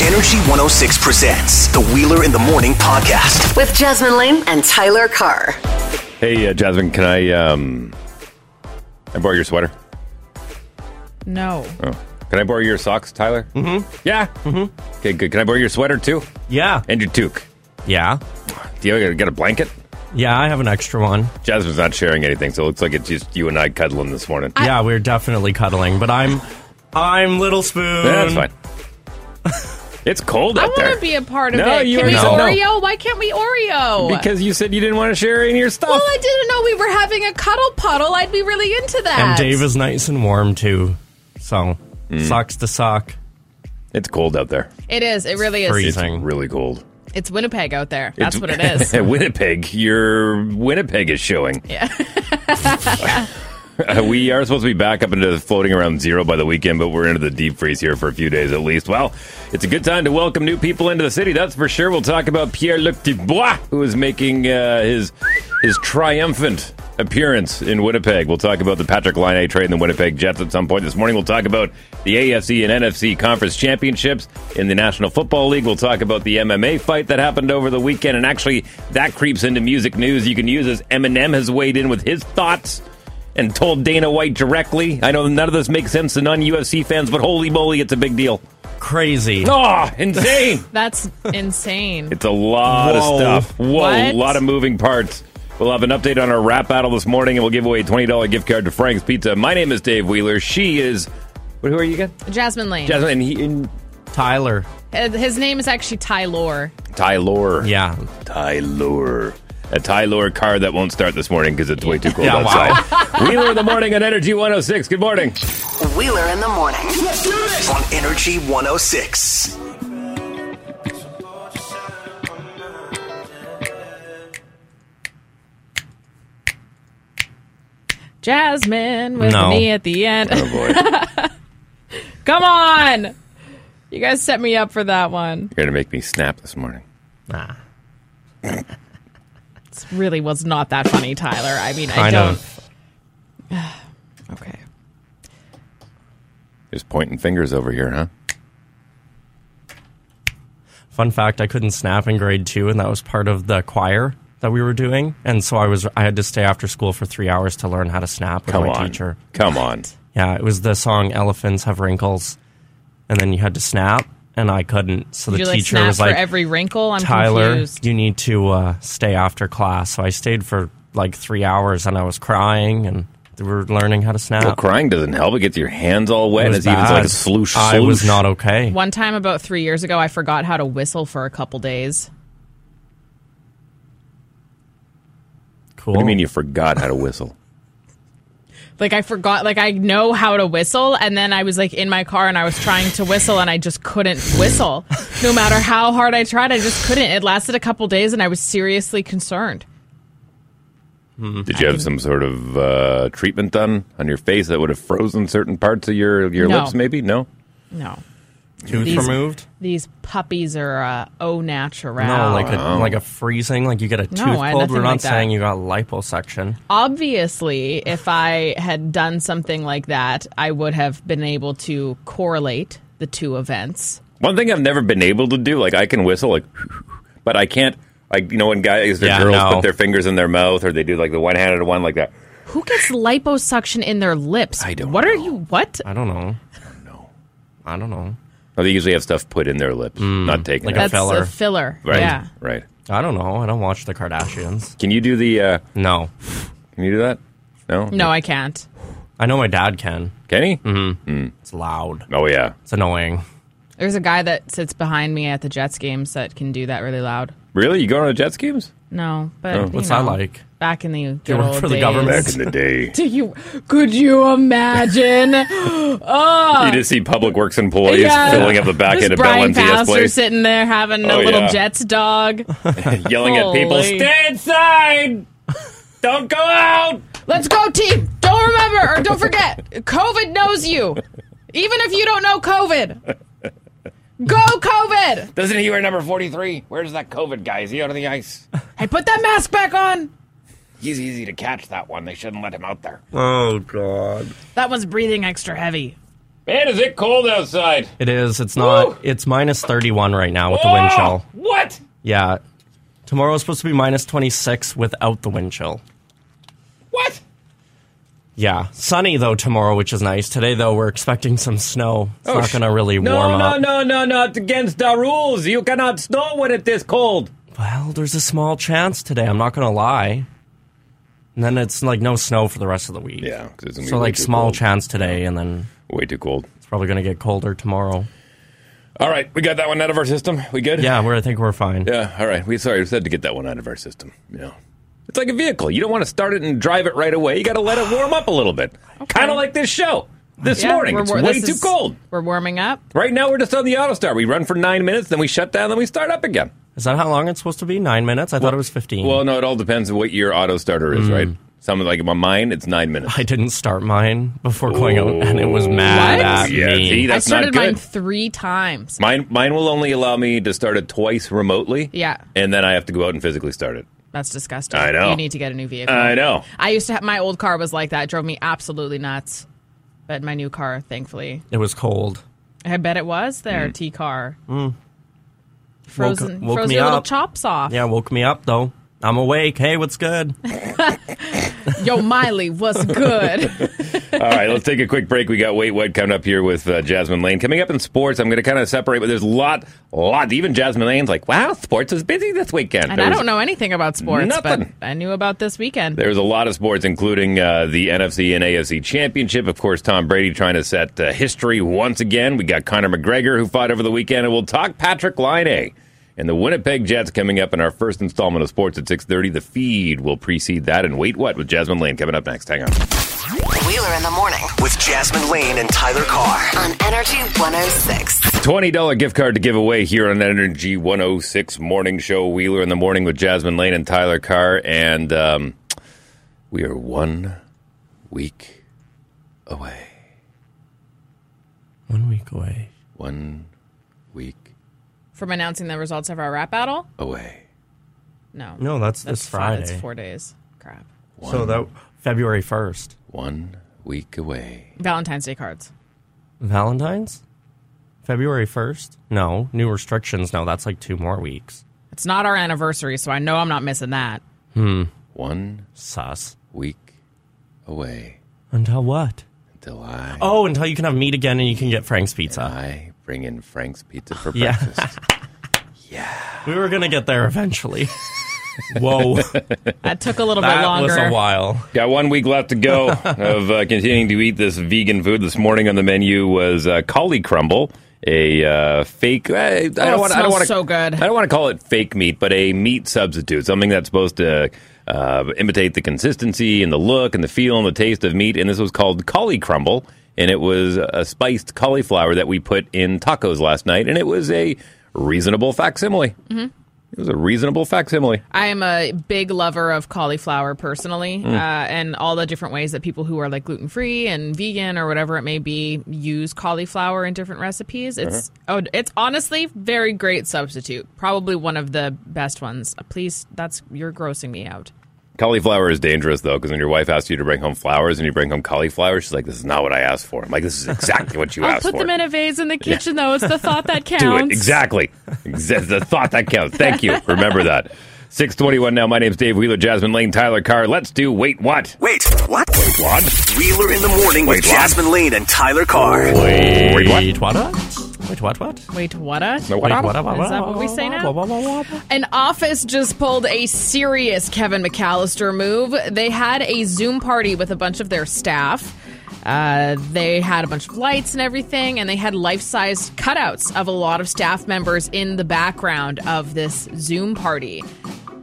Energy 106 presents the Wheeler in the Morning podcast. with Jasmine Lane and Tyler Carr. Hey, uh, Jasmine, can I um, I borrow your sweater? No. Oh. Can I borrow your socks, Tyler? Mm-hmm. Yeah. Mm-hmm. Okay, good. Can I borrow your sweater too? Yeah. And your toque? Yeah. Do you got a blanket? Yeah, I have an extra one. Jasmine's not sharing anything, so it looks like it's just you and I cuddling this morning. yeah, we're definitely cuddling, but I'm I'm Little Spoon. Yeah, that's fine. it's cold I out want there. to be a part of No, it. you Can we already said Oreo? Why can't we Oreo? because you said you didn't want to share any of your stuff. well, I didn't know we were having a cuddle puddle. I'd be really into that. And Dave is nice and warm too. So Mm. socks to sock. it's cold out there. It is. It really is. Freeze. It's Amazing. really cold. It's Winnipeg out there. That's It's- what it is. Winnipeg, your Winnipeg is showing. Yeah. we are supposed to be back up into floating around zero by the weekend, but we're into the deep freeze here for a few days at least. Well, it's a good time to welcome new people into the city, that's for sure. We'll talk about Pierre Luc Dubois, who is making uh, his his triumphant appearance in Winnipeg. We'll talk about the Patrick Line trade and the Winnipeg Jets at some point this morning. We'll talk about the AFC and NFC conference championships in the National Football League. We'll talk about the MMA fight that happened over the weekend, and actually that creeps into music news. You can use as Eminem has weighed in with his thoughts and told Dana White directly. I know none of this makes sense to non UFC fans, but holy moly, it's a big deal. Crazy. Oh, insane! That's insane. It's a lot Whoa. of stuff. Whoa, a What? lot of moving parts. We'll have an update on our rap battle this morning, and we'll give away a $20 gift card to Frank's Pizza. My name is Dave Wheeler. She is. Who are you again? Jasmine Lane. Jasmine. And he, and Tyler. Uh, His name is actually Tylor. Tylor. Yeah. Tylor. A Tylor car that won't start this morning because it's way too cold Yeah, wow. outside. Wheeler in the morning on Energy 106. Good morning. Wheeler in the morning. On Energy 106. Jasmine with No. me at the end. Oh, boy. You're Come on. You guys set me up for that one. going to make me snap this morning. Nah. It really was not that funny, Tyler. I mean, I Kind don't. of. Okay. Just pointing fingers over here, huh? Fun fact, I couldn't snap in grade two and that was part of the choir that we were doing. And so I was I had to stay after school for three hours to learn how to snap with Come my on. teacher. Come on. Yeah, it was the song Elephants Have Wrinkles. And then you had to snap, and I couldn't. So the Did you like teacher snap was for like, every wrinkle? I'm Tyler, confused. you need to uh, stay after class. So I stayed for like three hours, and I was crying, and we were learning how to snap. Well, crying doesn't help. It gets your hands all wet. It and It's was even like a bad. sloosh, sloosh. I was not okay. One time about three years ago, I forgot how to whistle for a couple days. Cool. What do you mean you forgot how to whistle? Like I forgot, like I know how to whistle, and then I was like in my car and I was trying to whistle and I just couldn't whistle. No matter how hard I tried, I just couldn't. It lasted a couple days and I was seriously concerned. Did you have some sort of uh, treatment done on your face that would have frozen certain parts of your, your No. lips, maybe? No? No, Tooth These- removed? these puppies are uh, au natural. No, like a Oh. like a freezing, like you get a tooth I- pulled. nothing We're not like that. saying you got liposuction. obviously, if I had done something like that, I would have been able to correlate the two events. One thing I've never been able to do, like I can whistle, like, but I can't. Like you know, when guys or Yeah, girls no. put their fingers in their mouth, or they do like the one-handed one, like that. Who gets liposuction in their lips? I don't What are know. you? What? I don't know. I don't know. I don't know. No, they usually have stuff put in their lips, not taken Hmm. Like a out. That's filler. a filler. right, Yeah. right. I don't know. I don't watch the Kardashians. Can you do the? Uh, No, can you do that? No. No, I can't. I know my dad can. Can he? Mm-hmm. It's loud. Oh yeah. It's annoying. There's a guy that sits behind me at the Jets games that can do that really loud. Really? You going on the Jets games? No, but Oh, you What's know, that like? Back in the good work old for the days. government? Back in the day, Do you? Could you imagine? you just see public works employees Yeah. Oh, filling up the back Just end of Brian BellMTS Pastor place, sitting there having a Oh, little yeah. Jets dog. yelling at people, Holy. "Stay inside! Don't go out!" Let's go, team! Don't remember or don't forget. COVID knows you, even if you don't know COVID. Go, COVID! Doesn't he wear number forty-three? Where's that COVID guy? Is he out on the ice? Hey, put that mask back on. He's easy to catch that one. They shouldn't let him out there. Oh God. That one's breathing extra heavy. Man, is it cold outside? It is. It's Woo! not. It's minus 31 right now with the wind Oh, chill. What? Yeah. Tomorrow is supposed to be minus 26 without the wind chill. What? Yeah. Sunny, though, tomorrow, which is nice. Today, though, we're expecting some snow. It's not Oh, sh- going to really No, warm no, up. no, no, no! It's against the rules. You cannot snow when it is cold. Well, there's a small chance today. I'm not going to lie. And then it's like no snow for the rest of the week. Yeah, 'cause it's gonna be So, way like, too small cold. chance today, and then Way too cold. it's probably going to get colder tomorrow. All right, we got that one out of our system. We good? Yeah, we're, I think we're fine. Yeah. All right. We sorry. We said to get that one out of our system. Yeah. It's like a vehicle. You don't want to start it and drive it right away. You got to let it warm up a little bit. Kind of like this show this Yeah, morning. we're It's war- way this too is- cold. We're warming up. Right now, we're just on the auto start. We run for nine minutes, then we shut down, then we start up again. Is that how long it's supposed to be? Nine minutes? I thought it was 15. Well, no, it all depends on what your auto starter is, right? Some like my mine, it's nine minutes. I didn't start mine before going out, and it was mad What? at Oh, Yeah, me. see, that's I started not good. mine three times. Mine, mine will only allow me to start it twice remotely. Yeah. and then I have to go out and physically start it. That's disgusting. I know. Uh, You need to get a new vehicle. I know. I used to have my old car was like that. It drove me absolutely nuts. But my new car, thankfully, It was cold. I bet it was Mm. their T car. Frozen, Woke- woke froze me your little Mm. up. chops off. Yeah, woke me up though. I'm awake. Hey, what's good? Yo, Miley was good. All right, let's take a quick break. We got Wait What coming up here with uh, Jasmine Lane. Coming up in sports, I'm going to kind of separate, but there's a lot, lot. Even Jasmine Lane's like, wow, sports is busy this weekend. and There I was- don't know anything about sports, Nothing. but I knew about this weekend. There's a lot of sports, including uh, the NFC and AFC Championship. Of course, Tom Brady trying to set uh, history once again. We got Conor McGregor, who fought over the weekend, and we'll talk Patrick Line and the Winnipeg Jets coming up in our first installment of Sports at 6.30. The feed will precede that. And Wait What with Jasmine Lane coming up next. Hang on. Wheeler in the morning With Jasmine Lane and Tyler Carr. on Energy 106. $20 gift card to give away here on Energy 106 Morning Show. Wheeler in the morning with Jasmine Lane and Tyler Carr. And um, we are one week away. One week away. One week From announcing the results of our rap battle? away. No. No, that's this fi- Friday. That's four days. Crap. So that February first, One week away. Valentine's Day cards. Valentine's. February first. No new restrictions. No, that's like two more weeks. It's not our anniversary, so I know I'm not missing that. One Sus. week away Until what? until I, Oh, until you can have meat again and you can get Frank's pizza. I bring in Frank's Pizza for Yeah. breakfast. We were gonna get there eventually. Whoa, That took a little bit that longer. was a while. Got one week left to go of uh, continuing to eat this vegan food. This morning on the menu was uh, collie crumble, a uh, fake. Uh, I don't Oh, it want. I don't smells want so good. I don't want to call it fake meat, but a meat substitute, something that's supposed to uh, imitate the consistency and the look and the feel and the taste of meat. And this was called collie crumble, and it was a spiced cauliflower that we put in tacos last night, and it was a reasonable facsimile. Mm-hmm. It was a reasonable facsimile. I am a big lover of cauliflower personally, uh, and all the different ways that people who are like gluten free and vegan or whatever it may be use cauliflower in different recipes. It's oh, it's honestly very great substitute. Probably one of the best ones. Uh, Please, that's you're grossing me out. Cauliflower is dangerous though, because when your wife asks you to bring home flowers and you bring home cauliflower, she's like, "This is not what I asked for." I'm like, "This is exactly what you I'll asked put for." them in a vase in the kitchen though. It's the thought that counts. Do it exactly. Exa- the thought that counts. Thank you. Remember that. Six twenty-one now. My name's Dave Wheeler, Jasmine Lane, Tyler Carr. Let's do. Wait, what? Wait, what? What? Wheeler in the morning with Wait, what? Jasmine Lane and Tyler Carr. Wait, what? Wait, what? Wait, what? What? Wait, what? A- No, what? Wait, what? what- Is that what we say now? Blah, blah, blah, blah. An office just pulled a serious Kevin McAllister move. They had a Zoom party with a bunch of their staff. Uh, they had a bunch of lights and everything, and they had life sized cutouts of a lot of staff members in the background of this Zoom party.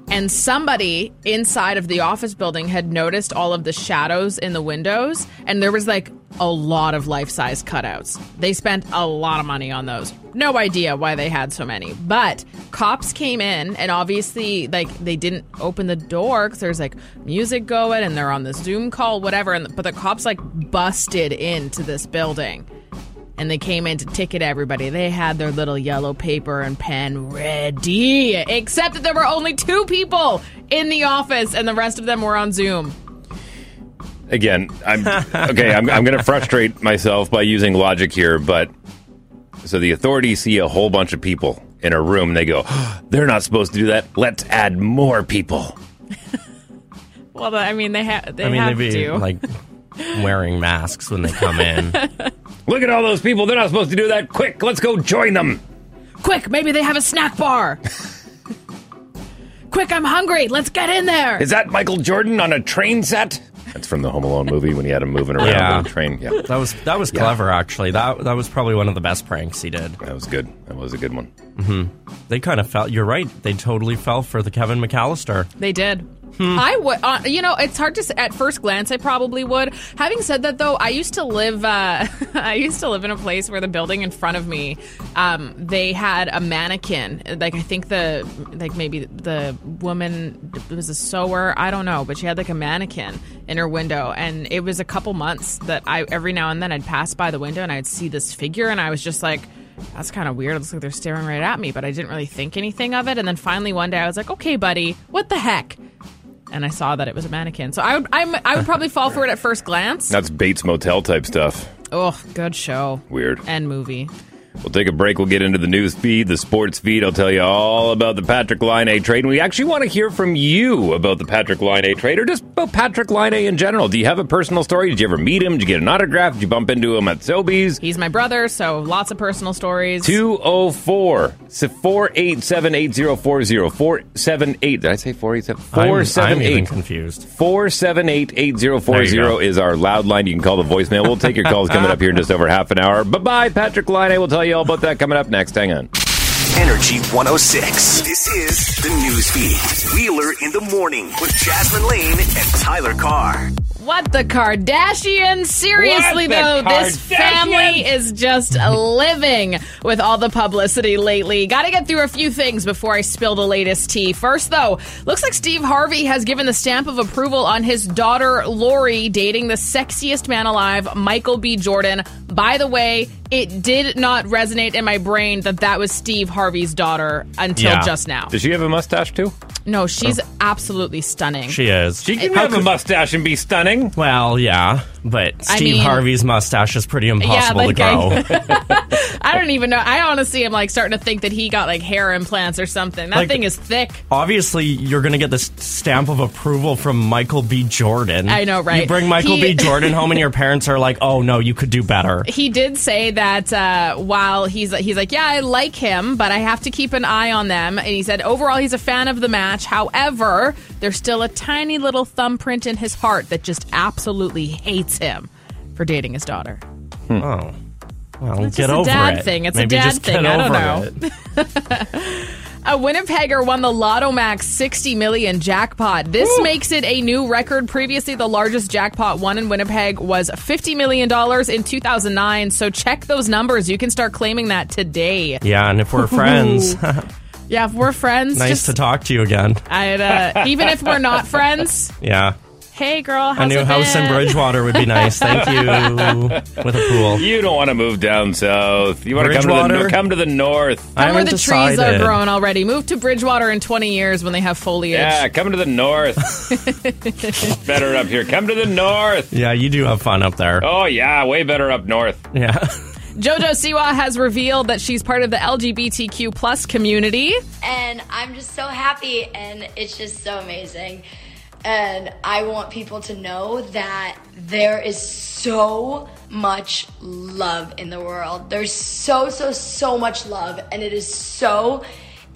And somebody inside of the office building had noticed all of the shadows in the windows, and there was like a lot of life size cutouts. They spent a lot of money on those. No idea why they had so many. But cops came in, and obviously, like, they didn't open the door because there's like music going, and they're on this Zoom call, whatever. And, but the cops like busted into this building and they came in to ticket everybody. They had their little yellow paper and pen ready, except that there were only two people in the office and the rest of them were on Zoom. again, I'm okay. I'm, I'm going to frustrate myself by using logic here, but so the authorities see a whole bunch of people in a room. And they go, they're not supposed to do that. Let's add more people. Well, the- I mean, they, ha- they I mean, have they'd be to. like wearing masks when they come in. Look at all those people. They're not supposed to do that. Quick, let's go join them. Quick, maybe they have a snack bar. Quick, I'm hungry. Let's get in there. Is that Michael Jordan on a train set? That's from the Home Alone movie when he had him moving around Yeah. on the train. Yeah, That was that was clever actually. That that was probably one of the best pranks he did. that was good. That was a good one. They kind of fell. You're right. They totally fell for the Kevin McAllister. They did. I would, uh, you know, it's hard to. s- At first glance, I probably would. Having said that, though, I used to live. Uh, I used to live in a place where the building in front of me, um, they had a mannequin. Like I think the, like maybe the woman was a sewer. I don't know, but she had like a mannequin in her window, and it was a couple months that I every now and then I'd pass by the window and I'd see this figure, and I was just like. That's kind of weird. It looks like they're staring right at me, but I didn't really think anything of it. And then finally one day I was like, okay, buddy, what the heck? and I saw that it was a mannequin. So I would, I'm, I would probably fall for it at first glance. That's Bates Motel type stuff. Oh, good show. Weird. And movie. We'll take a break. We'll get into the news feed, the sports feed. I'll tell you all about the Patrick Line A trade. And we actually want to hear from you about the Patrick Line A trade or just about Patrick Line A in general. Do you have a personal story? Did you ever meet him? Did you get an autograph? Did you bump into him at Sobeys? He's my brother, so lots of personal stories. 204 487 8040. 478. Did I say 487? I'm- I'm even 478. confused. 478 There you go. 8040 is our loud line. You can call the voicemail. We'll take your calls coming up here in just over half an hour. Bye bye, Patrick Line A. We'll tell you all about that coming up next. Hang on. Energy 106. This is the news feed. Wheeler in the morning with Jasmine Lane and Tyler Carr. What the Kardashians? Seriously, What the though, this Kardashians? family is just living with all the publicity lately. Got to get through a few things before I spill the latest tea. First, though, looks like Steve Harvey has given the stamp of approval on his daughter, Lori, dating the sexiest man alive, Michael B. Jordan. By the way, it did not resonate in my brain that that was Steve Harvey's daughter until Yeah. just now. Does she have a mustache too? No, she's absolutely stunning. She is. Oh. She can How have a could- mustache and be stunning. Well, yeah, but I Steve mean- Harvey's mustache is pretty impossible like I- to grow. I don't even know. I honestly am like starting to think that he got like hair implants or something. That Like- thing is thick. Obviously, you're going to get this stamp of approval from Michael B. Jordan. I know, right? You bring Michael He- B. Jordan home, and your parents are like, "Oh no, you could do better." He did say that uh, while he's he's like, yeah, I like him, but I have to keep an eye on them. And he said overall he's a fan of the match. However, there's still a tiny little thumbprint in his heart that just absolutely hates him for dating his daughter. Oh, well, It's get just a over dad it. thing. It's a Maybe dad just thing. Get I over don't know. It. A Winnipegger won the Lotto Max 60 million jackpot. This makes it a new record. Previously, the largest jackpot won in Winnipeg was $50 million in 2009. So check those numbers. You can start claiming that today. Yeah, and if we're friends, Yeah, if we're friends, nice just, to talk to you again. I'd, uh, even if we're not friends, Yeah. hey girl, how's A new it house in been? Bridgewater would be nice. Thank you. With a pool. You don't want to move down south. You want to come to the Bridgewater? no- come to the north. I Come where haven't the decided. trees are grown already. Move to Bridgewater in 20 years when they have foliage. Yeah, come to the north. better up here. Come to the north. Yeah, you do have fun up there. Oh yeah, way better up north. Yeah. JoJo Siwa has revealed that she's part of the LGBTQ plus community. and I'm just so happy and it's just so amazing. And I want people to know that there is so much love in the world. There's so, so, so much love, and it is so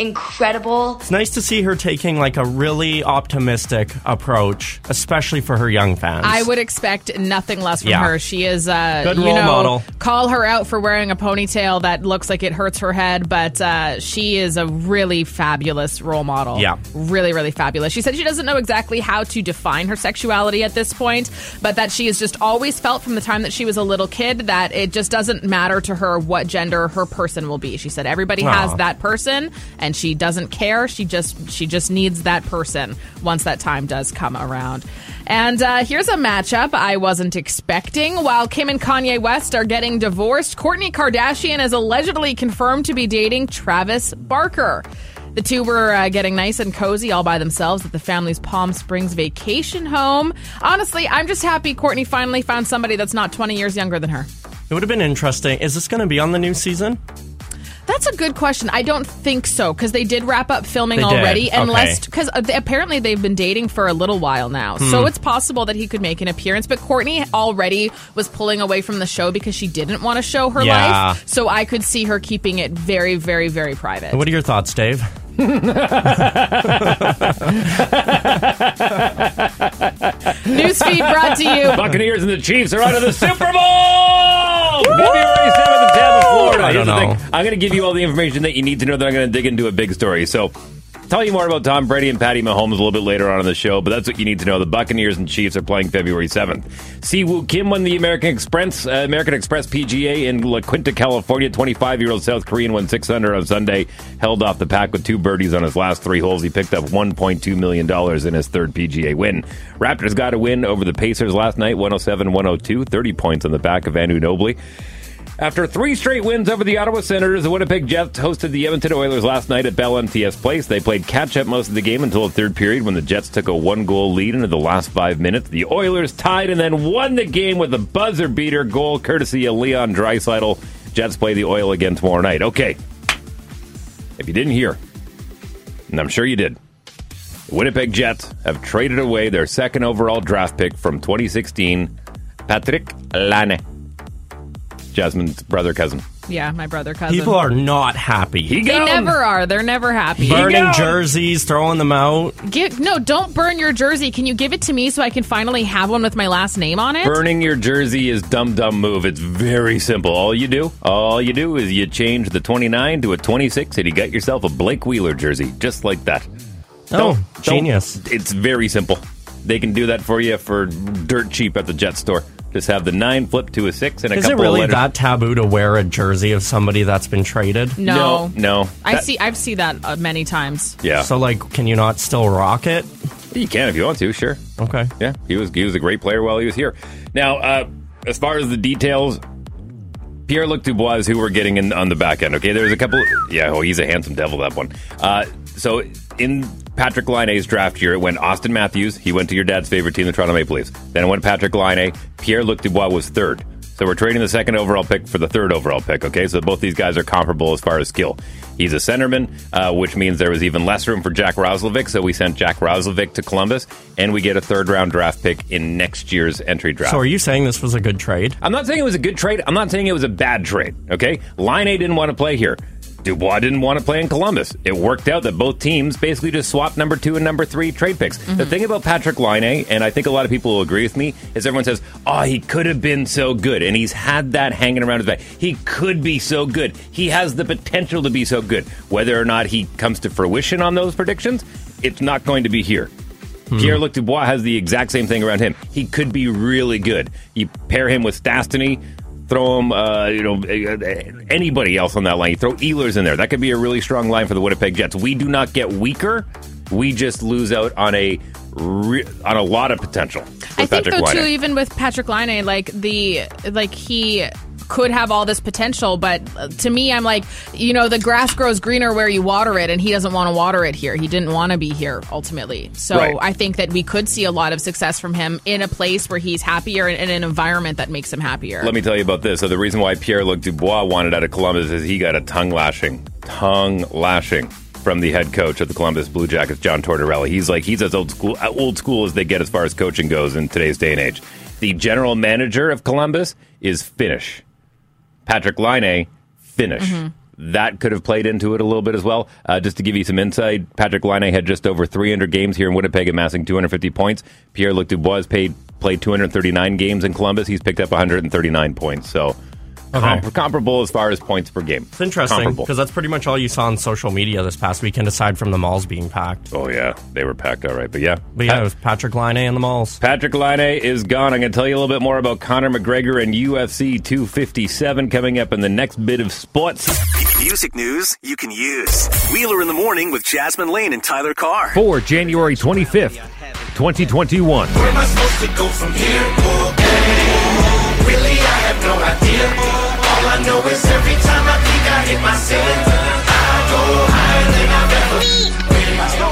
incredible. It's nice to see her taking like a really optimistic approach, especially for her young fans. I would expect nothing less from Yeah. her. She is, uh, Good you role know, model. call her out for wearing a ponytail that looks like it hurts her head, but uh, she is a really fabulous role model. Yeah. Really, really fabulous. She said she doesn't know exactly how to define her sexuality at this point, but that she has just always felt from the time that she was a little kid that it just doesn't matter to her what gender her person will be. She said everybody has Aw. that person and she doesn't care. She just she just needs that person once that time does come around. And uh, here's a matchup I wasn't expecting. While Kim and Kanye West are getting divorced, Kourtney Kardashian is allegedly confirmed to be dating Travis Barker. The two were uh, getting nice and cozy all by themselves at the family's Palm Springs vacation home. Honestly, I'm just happy Courtney finally found somebody that's not 20 years younger than her. It would have been interesting. Is this going to be on the new season? That's a good question. I don't think so because they did wrap up filming They did. already, Okay. unless because uh, apparently they've been dating for a little while now. Hmm. So it's possible that he could make an appearance. But Courtney already was pulling away from the show because she didn't want to show her Yeah. life. So I could see her keeping it very, very, very private. What are your thoughts, Dave? Newsfeed brought to you. Buccaneers and the Chiefs are out of the Super Bowl! February 7th in Tampa, Florida. I don't Here's the know. thing. I'm going to give you all the information that you need to know. Then I'm going to dig into a big story. So, tell you more about Tom Brady and Patty Mahomes a little bit later on in the show, but that's what you need to know. The Buccaneers and Chiefs are playing February 7th. Siwoo Kim won the American Express uh, American Express PGA in La Quinta, California. 25 year old South Korean won 600 on Sunday, held off the pack with two birdies on his last three holes. He picked up $1.2 million in his third PGA win. Raptors got a win over the Pacers last night, 107 102, 30 points on the back of Anu Nobly. After three straight wins over the Ottawa Senators, the Winnipeg Jets hosted the Edmonton Oilers last night at Bell MTS Place. They played catch up most of the game until the third period when the Jets took a one goal lead into the last five minutes. The Oilers tied and then won the game with a buzzer beater goal courtesy of Leon Dreisidel. Jets play the Oil again tomorrow night. Okay. If you didn't hear, and I'm sure you did, the Winnipeg Jets have traded away their second overall draft pick from 2016, Patrick Lane. Jasmine's brother cousin. Yeah, my brother cousin. People are not happy. He They gone. never are. They're never happy. burning gone. jerseys, throwing them out. Give, no, don't burn your jersey. Can you give it to me so I can finally have one with my last name on it? Burning your jersey is dumb dumb move. It's very simple. All you do, all you do is you change the 29 to a 26 and you got yourself a Blake Wheeler jersey just like that. Oh, Don't- don't- genius. It's very simple. They can do that for you for dirt cheap at the jet store. Just have the 9 flip to a 6 and a Is it couple really of letters. that taboo to wear a jersey of somebody that's been traded? No. no. I That- see. I've seen that uh, many times. Yeah. So, like, can you not still rock it? you can if you want to, sure. Okay. Yeah, he was he was a great player while he was here. Now, uh, as far as the details, Pierre Luc Dubois is who we're getting in on the back end. Okay, there's a couple. Yeah, oh, he's a handsome devil. That one. Uh, so in Patrick Line's draft year, it went Austin Matthews. He went to your dad's favorite team, the Toronto Maple Leafs. Then it went Patrick Line. Pierre Luc Dubois was third. So we're trading the second overall pick for the third overall pick. Okay, so both these guys are comparable as far as skill. He's a centerman, uh, which means there was even less room for Jack Roslovic. So we sent Jack Roslovic to Columbus, and we get a third round draft pick in next year's entry draft. So, are you saying this was a good trade? I'm not saying it was a good trade. I'm not saying it was a bad trade. Okay, Line A didn't want to play here. Dubois didn't want to play in Columbus. It worked out that both teams basically just swapped number two and number three trade picks. The thing about Patrick Line, and I think a lot of people will agree with me, is everyone says, "Oh, he could have been so good," and he's had that hanging around his back. He could be so good. He has the potential to be so good. Whether or not he comes to fruition on those predictions, it's not going to be here. Pierre Luc Dubois has the exact same thing around him. He could be really good. You pair him with Stastny, throw him, uh, you know, uh, anybody else on that line. You throw Ehlers in there. That could be a really strong line for the Winnipeg Jets. We do not get weaker. We just lose out on a re- on a lot of potential. With I think Patrick though Laine. too, even with Patrick Line, like the like he could have all this potential, but uh, to me, I'm like, you know, the grass grows greener where you water it, and he doesn't want to water it here. He didn't want to be here ultimately. So Right. I think that we could see a lot of success from him in a place where he's happier and in an environment that makes him happier. Let me tell you about this. So the reason why Pierre Luc Dubois wanted out of Columbus is he got a tongue lashing, tongue lashing from the head coach of the Columbus Blue Jackets, John Tortorella. He's like he's as old school uh, old school as they get as far as coaching goes in today's day and age. The general manager of Columbus is Finnish. Patrick Line, Finnish. Mm-hmm. That could have played into it a little bit as well. Uh, just to give you some insight, Patrick Line had just over 300 games here in Winnipeg, amassing 250 points. Pierre Luc Dubois has paid, played 239 games in Columbus. He's picked up 139 points. So com- Okay. comparable as far as points per game. It's interesting Comparable. because that's pretty much all you saw on social media this past weekend, aside from the malls being packed. Oh, yeah. They were packed all right. But yeah. But yeah, it was Patrick Line and the malls. Patrick Line is gone. I'm going to tell you a little bit more about Conor McGregor and UFC 257 coming up in the next bit of sports. Music news you can use. Wheeler in the morning with Jasmine Lane and Tyler Carr. for January 25th, 2021. Where am I supposed to go from here? Really, I have no idea. All I know is every time I think I hit my ceiling, I go higher than I've ever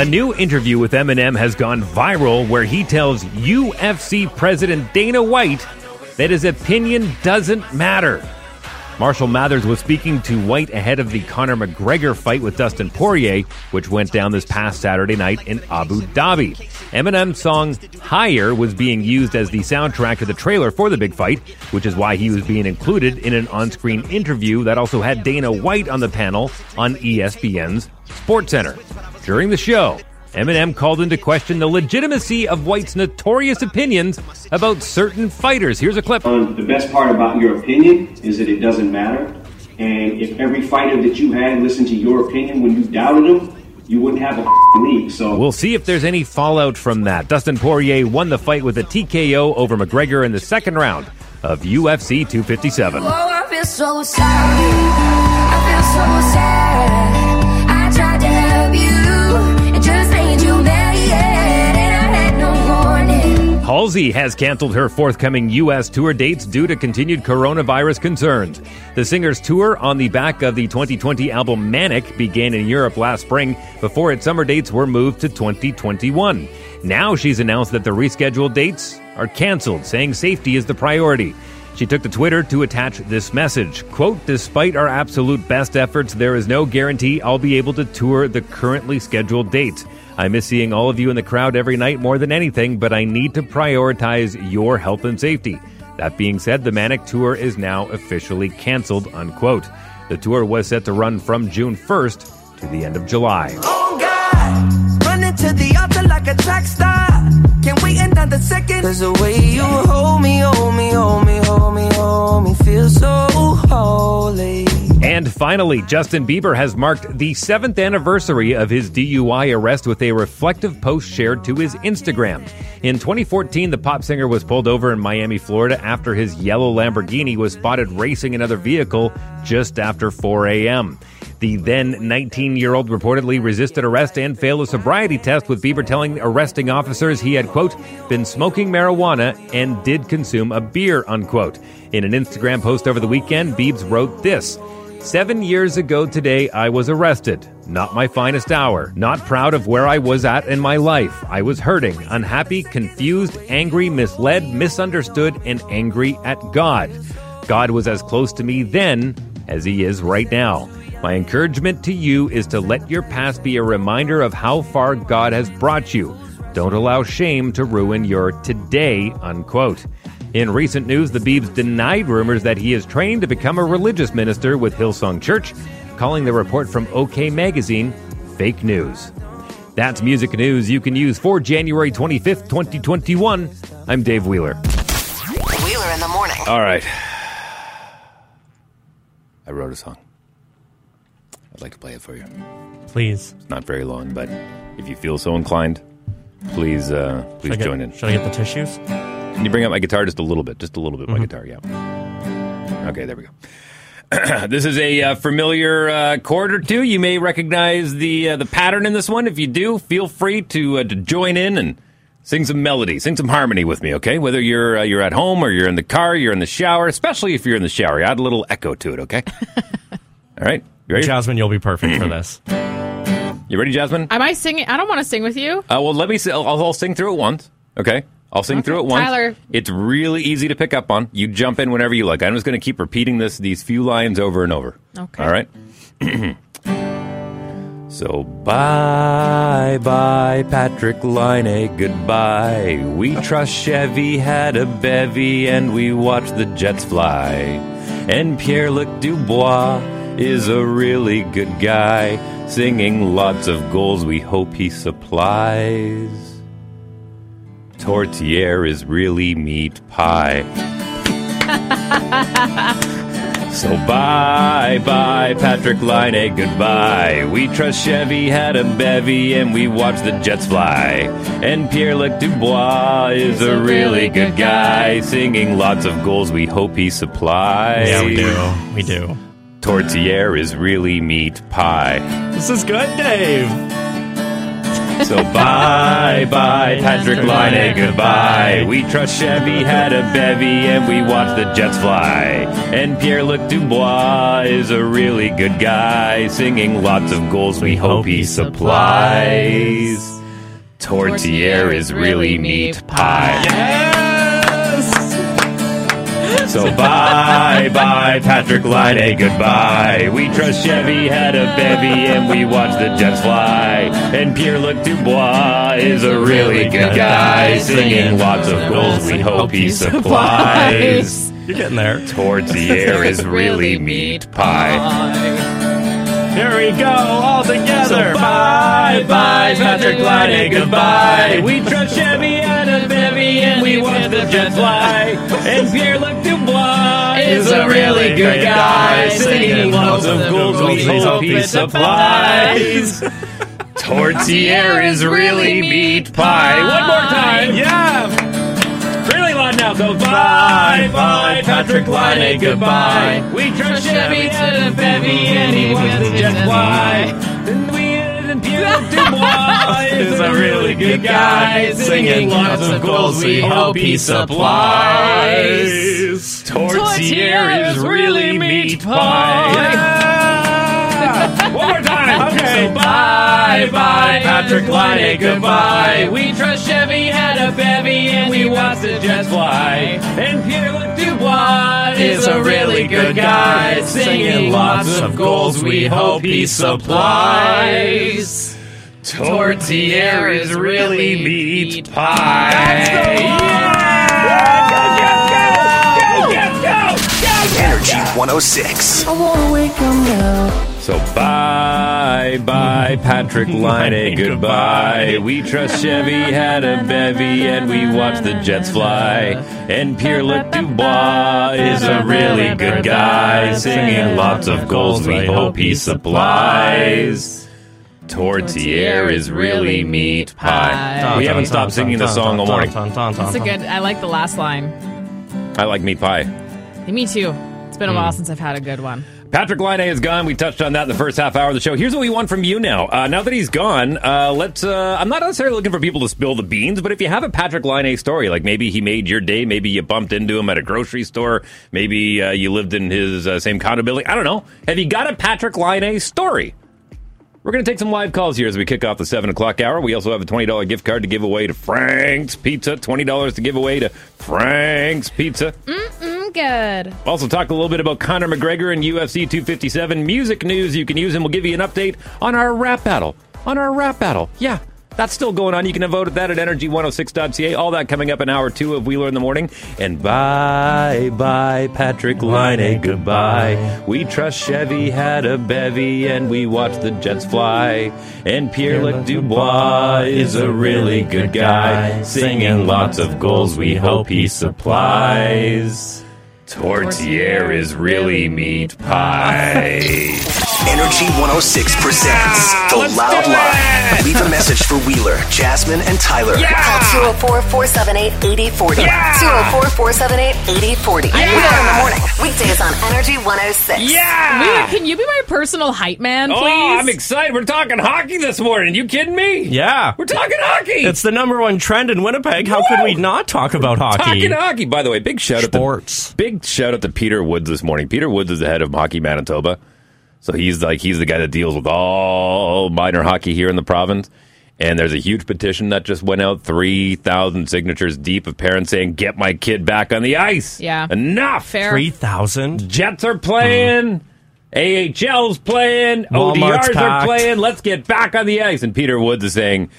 A new interview with Eminem has gone viral where he tells UFC President Dana White that his opinion doesn't matter. Marshall Mathers was speaking to White ahead of the Conor McGregor fight with Dustin Poirier, which went down this past Saturday night in Abu Dhabi. Eminem's song Higher was being used as the soundtrack to the trailer for the big fight, which is why he was being included in an on screen interview that also had Dana White on the panel on E ESPN's SportsCenter. During the show, Eminem called into question the legitimacy of White's notorious opinions about certain fighters. Here's a clip. Um, the best part about your opinion is that it doesn't matter. And if every fighter that you had listened to your opinion when you doubted them, you wouldn't have a f***ing league. So We'll see if there's any fallout from that. Dustin Poirier won the fight with a TKO over McGregor in the second round of UFC 257. Oh, I feel so sorry. I feel so sad. I tried to help you and just made you mad. Yeah, and I had no warning. Halsey has canceled her forthcoming U.S. tour dates due to continued coronavirus concerns. The singer's tour on the back of the 2020 album Manic began in Europe last spring before its summer dates were moved to 2021. Now she's announced that the rescheduled dates are canceled, saying safety is the priority. She took to Twitter to attach this message. Quote, despite our absolute best efforts, there is no guarantee I'll be able to tour the currently scheduled dates. I miss seeing all of you in the crowd every night more than anything, but I need to prioritize your health and safety. That being said, the Manic Tour is now officially canceled, unquote. The tour was set to run from June 1st to the end of July. Oh God, running to the altar like a track star. Can't wait another second. Cause the way you hold me, hold me, hold me, hold me, hold me, feel so holy. And finally, Justin Bieber has marked the seventh anniversary of his DUI arrest with a reflective post shared to his Instagram. In 2014, the pop singer was pulled over in Miami, Florida after his yellow Lamborghini was spotted racing another vehicle just after 4 a.m. The then 19 year old reportedly resisted arrest and failed a sobriety test, with Bieber telling arresting officers he had, quote, been smoking marijuana and did consume a beer, unquote. In an Instagram post over the weekend, Biebs wrote this. Seven years ago today, I was arrested. Not my finest hour. Not proud of where I was at in my life. I was hurting, unhappy, confused, angry, misled, misunderstood, and angry at God. God was as close to me then as He is right now. My encouragement to you is to let your past be a reminder of how far God has brought you. Don't allow shame to ruin your today, unquote. In recent news, the Biebs denied rumors that he is training to become a religious minister with Hillsong Church, calling the report from OK Magazine fake news. That's music news you can use for January 25th, 2021. I'm Dave Wheeler. Wheeler in the morning. All right. I wrote a song. I'd like to play it for you. Please. It's not very long, but if you feel so inclined, please uh, please Should I get- join in. Should I get the tissues? Can you bring up my guitar just a little bit? Just a little bit, my guitar, yeah. Okay, there we go. this is a uh, familiar uh, chord or two. You may recognize the uh, the pattern in this one. If you do, feel free to uh, to join in and sing some melody, sing some harmony with me. Okay, whether you're uh, you're at home or you're in the car, you're in the shower. Especially if you're in the shower, add a little echo to it. Okay. All right, you ready? Jasmine, you'll be perfect for this. you ready, Jasmine? Am I singing? I don't want to sing with you. Uh, well, let me. si- I'll, I'll sing through it once. Okay. I'll sing through it once. Tyler. It's really easy to pick up on. You jump in whenever you like. I'm just going to keep repeating this these few lines over and over. Okay. All right. so bye bye Patrick Line goodbye. We trust Chevy had a bevy and we watched the jets fly. And Pierre Luc Dubois is a really good guy, singing lots of goals. We hope he supplies. Tortiere is really meat pie. so bye bye, Patrick Line, goodbye. We trust Chevy had a bevy and we watched the jets fly. And Pierre Luc Dubois is a really good guy, singing lots of goals we hope he supplies. Yeah, we do. We do. Tortiere is really meat pie. This is good, Dave. So bye bye, Patrick Line, goodbye. We trust Chevy had a bevy and we watched the Jets fly. And Pierre Luc Dubois is a really good guy, singing lots of goals we hope he supplies. Tortier is really meat pie. So bye bye, Patrick Line, goodbye. We trust Chevy had a bevy and we watched the Jets fly. And Pierre Luc Dubois is a really good guy, singing lots of goals we hope he supplies. You're getting there. Tortier is really meat pie. Here we go, all together. bye bye, Patrick Line, goodbye. We trust Chevy and a bevy, and we watch the Jets fly. And Pierre Luc Dubois is a really good guy, singing lots of goals we hope he supplies. Tortier is really meat pie. One more time. Yeah. Really loud now, so bye, bye, Patrick Line, goodbye. We trust Chevy to the bevy, and he wants the Jets fly. And we and Pierre Luc Dubois is a really good guy, singing lots of goals we hope he supplies. Tortier is really meat pie. One more time. Okay. So bye, bye, Patrick Line, goodbye. We trust Chevy had a bevy and we watched the Jets fly. And Pierre Luc Dubois is a really good guy, singing lots of goals we hope he supplies. Tortier is really meat pie. Energy 106. I wanna wake up now. So bye bye Patrick Line goodbye. We trust Chevy had a bevy and we watched the Jets fly. And Pierre Luc Dubois is a really good guy, singing lots of goals we hope he supplies. Tortier is really meat pie. We haven't stopped singing the song all morning. That's a good. I like the last line. I like meat pie. Hey, me too. It's been a Hmm. while since I've had a good one. Patrick Line is gone. We touched on that in the first half hour of the show. Here's what we want from you now. Uh, now that he's gone, uh, let's. Uh, I'm not necessarily looking for people to spill the beans, but if you have a Patrick Line story, like maybe he made your day, maybe you bumped into him at a grocery store, maybe uh, you lived in his uh, same condo building. I don't know. Have you got a Patrick Line story? We're going to take some live calls here as we kick off the 7 o'clock hour. We also have a $20 gift card to give away to Frank's Pizza, $20 to give away to Frank's Pizza. Mm-mm, good. Also, talk a little bit about Conor McGregor and UFC 257 music news. You can use him. We'll give you an update on our rap battle. On our rap battle. Yeah, that's still going on. You can vote at that at energy106.ca. All that coming up in hour two of Wheeler in the Morning. And bye, bye, Patrick Line. eh, Goodbye. We trust Chevy had a bevy and we watched the Jets fly. And Pierre Luc Dubois is a really good guy, singing lots of goals we hope he supplies. Tortier is really meat pie. Energy 106 presents The Loud Line. Leave a message for Wheeler, Jasmine, and Tyler. Call 204-478-8040. 204-478-8040. Wheeler in the morning. Weekdays on Energy 106. Ah. Leah, can you be my personal hype man, please? Oh, I'm excited. We're talking hockey this morning. You kidding me? Yeah. We're talking hockey. It's the number one trend in Winnipeg. How could we not talk about hockey? Talking hockey, by the way, big shout out to big shout out to Peter Woods this morning. Peter Woods is the head of Hockey Manitoba, so he's like he's the guy that deals with all minor hockey here in the province. And there's a huge petition that just went out, three thousand signatures deep of parents saying, "Get my kid back on the ice." Yeah. enough. Fair. 3,000? Jets are playing. AHL's playing. Walmart's ODRs packed. are playing. Let's get back on the ice. And Peter Woods is saying,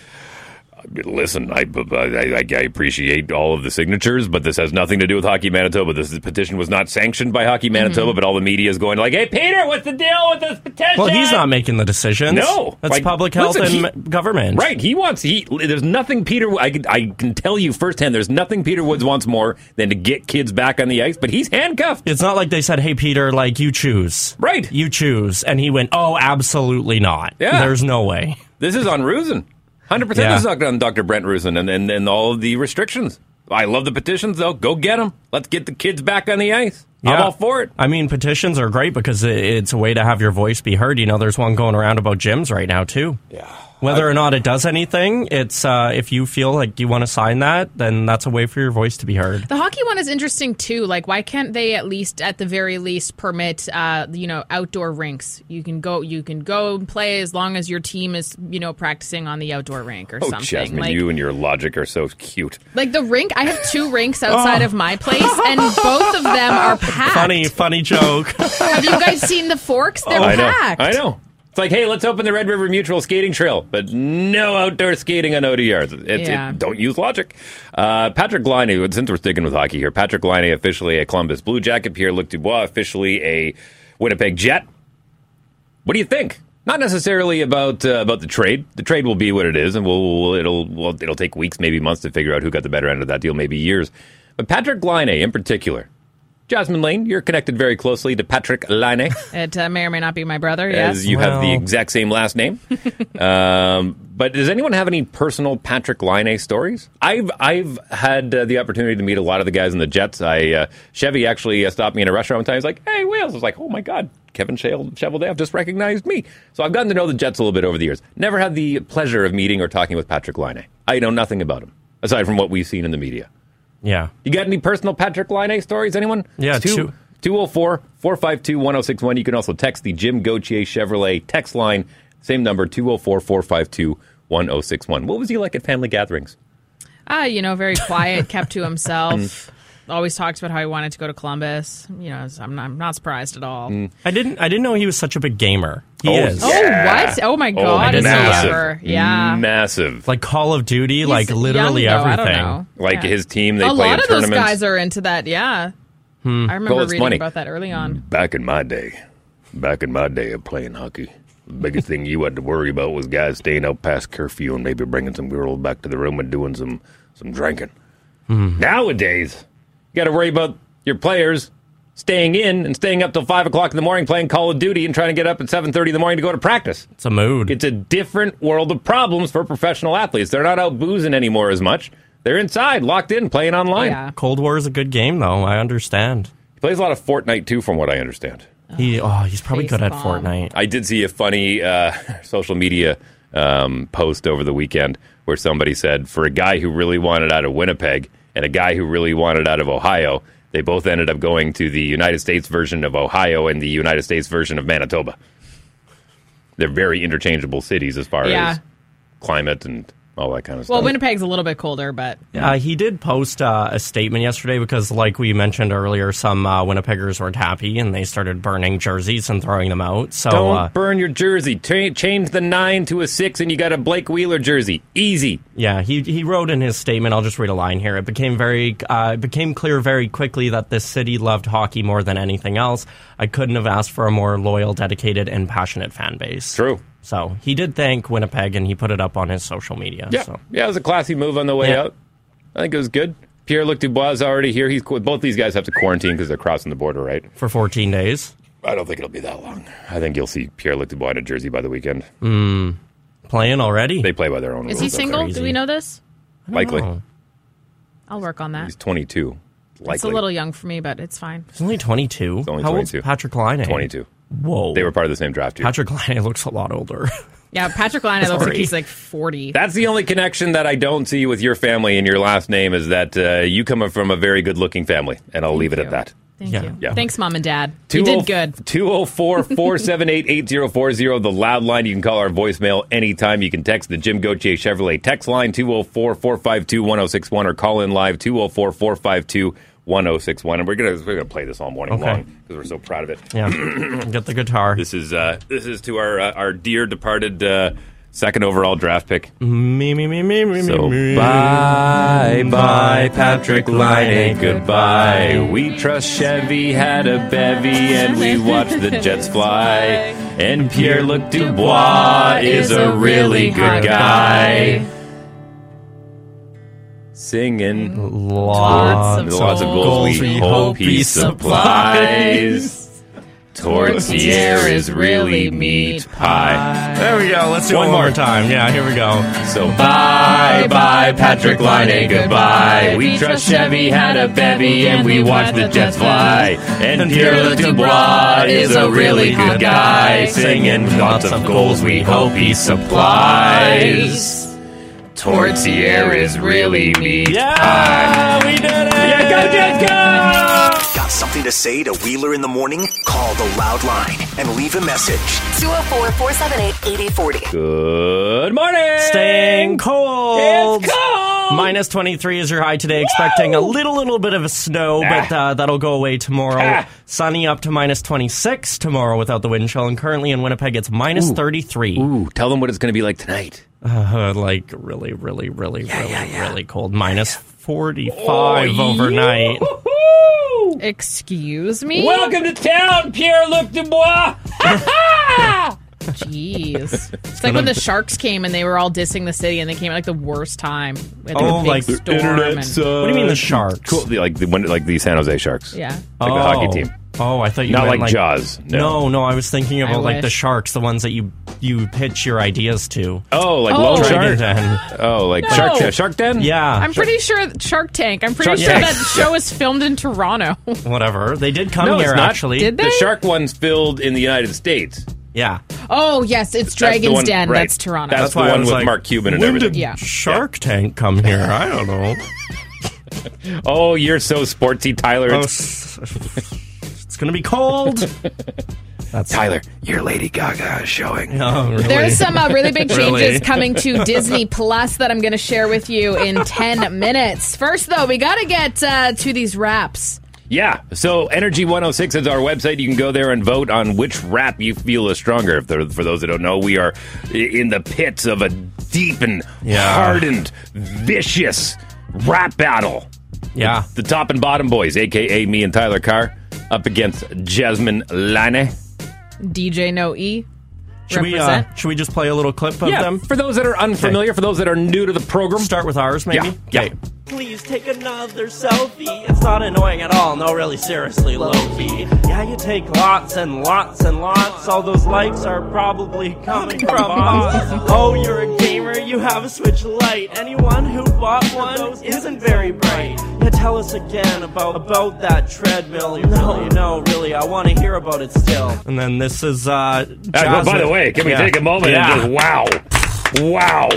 "Listen, I, I, I appreciate all of the signatures, but this has nothing to do with Hockey Manitoba. This petition was not sanctioned by Hockey Manitoba, but all the media is going like, hey, Peter, what's the deal with this petition?'" Mm-hmm. Well, he's not making the decisions. No. That's Like, public health listen, and he- government. Right. He wants. He there's nothing Peter. I can, I can tell you firsthand. There's nothing Peter Woods wants more than to get kids back on the ice. But he's handcuffed. It's not like they said, hey, Peter, like, you choose. Right. You choose. And he went, oh, absolutely not. Yeah. There's no way. This is on Rusin. 100% Yeah. this is on Dr. Brent Rusin and, and, and all of the restrictions. I love the petitions, though. Go get them. Let's get the kids back on the ice. I'm all for it. I mean, petitions are great because it, it's a way to have your voice be heard. You know, there's one going around about gyms right now too. Yeah. Whether or not it does anything, it's uh, if you feel like you want to sign that, then that's a way for your voice to be heard. The hockey one is interesting too. Like, why can't they at least, at the very least, permit uh, you know outdoor rinks? You can go, you can go and play as long as your team is you know practicing on the outdoor rink or Oh, something. Jasmine, like, you and your logic are so cute. like the rink, I have two Oh. rinks outside of my place, and both of them are packed. Funny, funny joke. Have you guys seen the forks? They're Oh, I know. packed. I know. It's like, hey, let's open the Red River Mutual Skating Trail, but no outdoor skating on ODRs. It's, Yeah. it, don't use logic. Uh, Patrick Liney, since we're sticking with hockey here, Patrick Liney, officially a Columbus Blue Jacket. Pierre Luc Dubois, officially a Winnipeg Jet. What do you think? Not necessarily about uh, about the trade. The trade will be what it is, and we'll, we'll it'll well, it'll take weeks, maybe months, to figure out who got the better end of that deal, maybe years. But Patrick Liney, in particular, Jasmine Lane, you're connected very closely to Patrick Liney It uh, may or may not be my brother. as Yes. you have the exact same last name. um, but does anyone have any personal Patrick Line stories? I've I've had uh, the opportunity to meet a lot of the guys in the Jets. I uh, Chevy actually uh, stopped me in a restaurant one time. He's like, "Hey, Wales." I was like, "Oh my God, Kevin Shale- Cheveldayoff just recognized me." So I've gotten to know the Jets a little bit over the years. Never had the pleasure of meeting or talking with Patrick Line. I know nothing about him aside from what we've seen in the media. Yeah. You got any personal Patrick Line stories? Anyone? Yeah, It's two- two- 204 452 1061. You can also text the Jim Gauthier Chevrolet text line, same number, 204 452 1061. What was he like at family gatherings? Ah, you know, very quiet, kept to Mm. himself. Always talks about how he wanted to go to Columbus. You know, so I'm not, I'm not surprised at all. Mm. I didn't. I didn't know he was such a big gamer. He Oh, is. Oh, yeah. what? Oh, my God, I didn't it's know that. over. Yeah. massive. Like Call of Duty, like literally young, though, I don't everything. know. Like Yeah. his team, they a play in lot of those tournaments. Hmm. guys are into that. Yeah, I remember Well, it's reading funny. Mm. about that early on. Oh, Back in my day, back in my day of playing hockey, the biggest thing you had to worry about was guys staying out past curfew and maybe bringing some girl back to the room and doing some some drinking. Nowadays, you got to worry about your players staying in and staying up till five o'clock in the morning playing Call of Duty and trying to get up at seven thirty in the morning to go to practice. It's a mood. It's a different world of problems for professional athletes. They're not out boozing anymore as much. They're inside, locked in, playing online. Cold War is a good game, though. I understand. He plays a lot of Fortnite too, from what I understand. He oh, he's probably good at Fortnite. I did see a funny uh, social media um, post over the weekend where somebody said, for a guy who really wanted out of Winnipeg and a guy who really wanted out of Ohio, they both ended up going to the United States version of Ohio and the United States version of Manitoba. They're very interchangeable cities as far Yeah. as climate and all that kind of Well, stuff. Winnipeg's a little bit colder, but Uh, he did post uh, a statement yesterday because, like we mentioned earlier, some uh, Winnipeggers weren't happy and they started burning jerseys and throwing them out. So Don't uh, burn your jersey. Ta- change the nine to a six, and you got a Blake Wheeler jersey. Easy. Yeah, he he wrote in his statement. I'll just read a line here. It became very uh, it became clear very quickly that this city loved hockey more than anything else. I couldn't have asked for a more loyal, dedicated, and passionate fan base. True. So he did thank Winnipeg, and he put it up on his social media. Yeah, So. yeah, it was a classy move on the way Yeah. out. I think it was good. Pierre Luc Dubois is already here. He's both these guys have to quarantine because they're crossing the border, right? For 14 days. I don't think it'll be that long. I think you'll see Pierre Luc Dubois in a jersey by the weekend. Mm, playing already. They play by their own is rules. he that's single? crazy. Do we know this? Likely, Oh. I'll work on that. he's twenty-two. Likely, It's a little young for me, but it's fine. He's only 22. only How old's 22. Patrick Line? twenty-two. Whoa. They were part of the same draft. Year. Patrick Line looks a lot older. Yeah, Patrick Line looks like Sorry. he's like forty. That's the only connection that I don't see with your family and your last name is that uh, you come from a very good-looking family, and I'll leave it at that. Thank you. Yeah. Thanks, mom and dad. You did good. 204 478 8040, the loud line. You can call our voicemail anytime. You can text the Jim Gauthier Chevrolet text line 204 452 1061 or call in live 204 452 1061. And we're going to we're gonna play this all morning Okay. long because we're so proud of it. yeah. Get the guitar. This is uh, this is to our uh, our dear departed uh, second overall draft pick. Me, me, me, me, me, So me, me. bye, bye, Patrick Line. Goodbye. We trust Chevy had a bevy, and we watched the Jets fly. And Pierre Luc Dubois is a really good guy. Singing Lots lots of goals. We hope he supplies. Tortillere is really meat pie. There we go. Let's do One it one more. more time. Yeah, here we go. So bye, bye, Patrick Line, goodbye. We trust Chevy had a bevy and we watched the Jets fly. And Pierre Dubois is a really good guy, singing lots of goals we hope he supplies. Tortier is really meat pie. we did it! Yeah, go, Jets, go! Got something to say to Wheeler in the morning? Call the loud line and leave a message. 204 478 8040. Good morning. Staying cold. It's cold. Minus 23 is your high today, expecting a little, little bit of snow, but uh, that'll go away tomorrow. Ah. Sunny up to minus 26 tomorrow without the wind chill, and currently in Winnipeg it's minus 33. Ooh, tell them what it's going to be like tonight. Uh, like really, really, really, really, really cold. Minus 45 Oh, overnight. Excuse me? Welcome to town, Pierre Luc Dubois. Jeez. It's like when the sharks came and they were all dissing the city and they came at like the worst time. We had, Oh, a big like the storm and- What do you mean the sharks? uh, Cool, the- like the one, like the San Jose Sharks. Yeah. Ah, like the hockey team. Oh, I thought you Not meant like Jaws, no. no, I was thinking about like the wish. sharks, the ones that you you pitch your ideas to. Oh, like Oh. Lone Dragon Shark. Den. Oh, like No. Shark Den. Shark Den. Yeah, I'm pretty sure Shark Tank. I'm pretty Shark sure Tank. that show is filmed in Toronto. whatever. They did come No, it's here not. actually. Did The they? shark one's filled in the United States. Yeah, oh yes, it's That's the Dragon's one- Den. right. That's Toronto. That's the why I one was with like, Mark Cuban and when everything. did Yeah. Shark Tank come here. I don't know. Oh, you're so sportsy, Tyler. Oh, It's- s- it's gonna be cold. That's Tyler, your Lady Gaga is showing. Oh, really? There's some uh, really big changes Really? coming to Disney Plus that I'm going to share with you in 10 minutes. First, though, we got to get uh, to these wraps. Yeah. So Energy 106 is our website. You can go there and vote on which rap you feel is stronger. If there- For those that don't know, we are i- in the pits of a deep and Yeah. hardened, vicious rap battle. yeah. The top and bottom boys, aka me and Tyler Carr, up against Jasmine Lane. DJ No E. Should we uh, represent. should we just play a little clip of them? For those that are unfamiliar, for those that are new to the program, Start with ours, maybe. Yeah. Yeah. Uh, Please take another selfie. It's not annoying at all. No, really, seriously, Loki. Yeah, you take lots and lots and lots. All those likes are probably coming from bots. Oh, you're a gamer. You have a Switch Lite. Anyone who bought one of those isn't very bright. Yeah, tell us again about about that treadmill. No, no, really, I want to hear about it still. And then this is uh. Uh, by the way, can we take a moment and just wow, wow,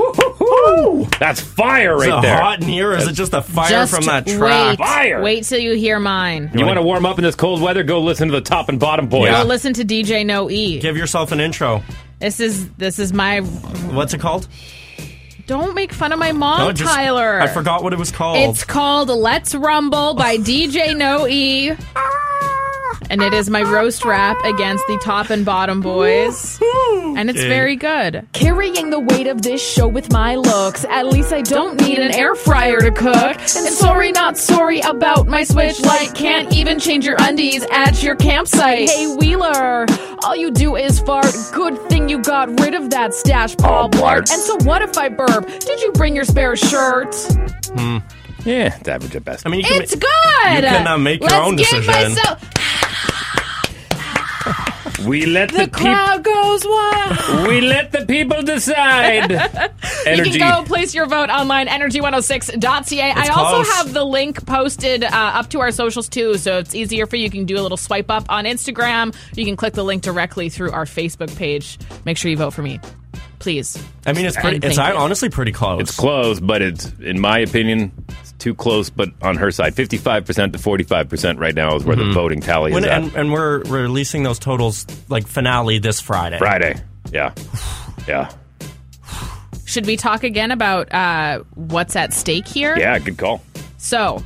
Whoa! that's fire Is right it there. hot in here, or is it just the fire Just from that wait. track? Fire. Wait till you hear mine. You want to warm up in this cold weather? Go listen to the top and bottom boys. Yeah. Go listen to DJ No E. Give yourself an intro. This is this is my. What's it called? Don't make fun of my mom, No, just- Tyler. I forgot what it was called. It's called Let's Rumble by DJ No E. And it is my roast rap against the top and bottom boys. And it's Okay. very good. Carrying the weight of this show with my looks. At least I don't need an air fryer to cook. And sorry, not sorry about my switch light. Can't even change your undies at your campsite. Hey, Wheeler, all you do is fart. Good thing you got rid of that stash ball part. And so, what if I burp? Did you bring your spare shirt? Yeah, it's average at best. I mean, you can It's ma- good. you can uh, make your Let's own give decision. myself- we let the, the crowd goes wild. people we let the people decide. Energy. You can go place your vote online, energy106.ca. I also close. have the link posted uh, up to our socials too, so it's easier for you. You can do a little swipe up on Instagram. You can click the link directly through our Facebook page. Make sure you vote for me, please. I mean, it's pretty. And It's thank I- you. honestly pretty close. It's close, but it's in my opinion, it's too close. But on her side, fifty-five percent to forty-five percent right now is where the voting tally When- is at. and, and we're we're releasing those totals like finale this Friday. Friday. Yeah, yeah, Should we talk again about uh, what's at stake here? yeah. Good call. So,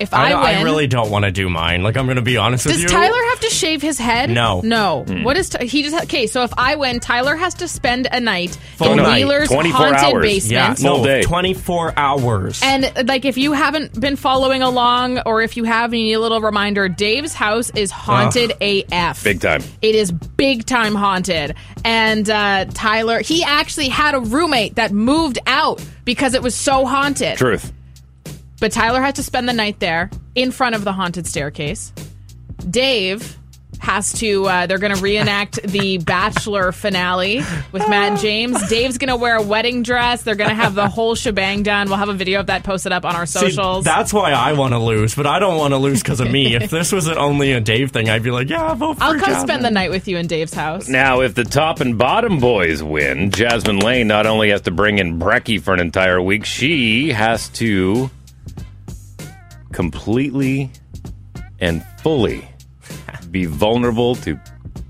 if I, I, don't- I win, really don't want to do mine. Like, I'm going to be honest does with you. Tyler have to shave his head? No. no. What is Ty- he just? Okay, so if I win, Tyler has to spend a night Full in night. Wheeler's 24 haunted hours. Yeah, basement. Full no, day. 24 hours. And like, if you haven't been following along, or if you have and you need a little reminder, Dave's house is haunted AF. Big time. It is big time haunted. And uh, Tyler, he actually had a roommate that moved out because it was so haunted. Truth. But Tyler had to spend the night there in front of the haunted staircase. Dave has to, uh, they're going to reenact the Bachelor finale with Matt and James. Dave's going to wear a wedding dress. They're going to have the whole shebang done. We'll have a video of that posted up on our See, socials. that's why I want to lose, but I don't want to lose because of me. if this was only a Dave thing, I'd be like, yeah, vote for I'll come Jasmine. spend the night with you in Dave's house. Now, if the top and bottom boys win, Jasmine Lane not only has to bring in Brecky for an entire week, she has to completely and fully be vulnerable to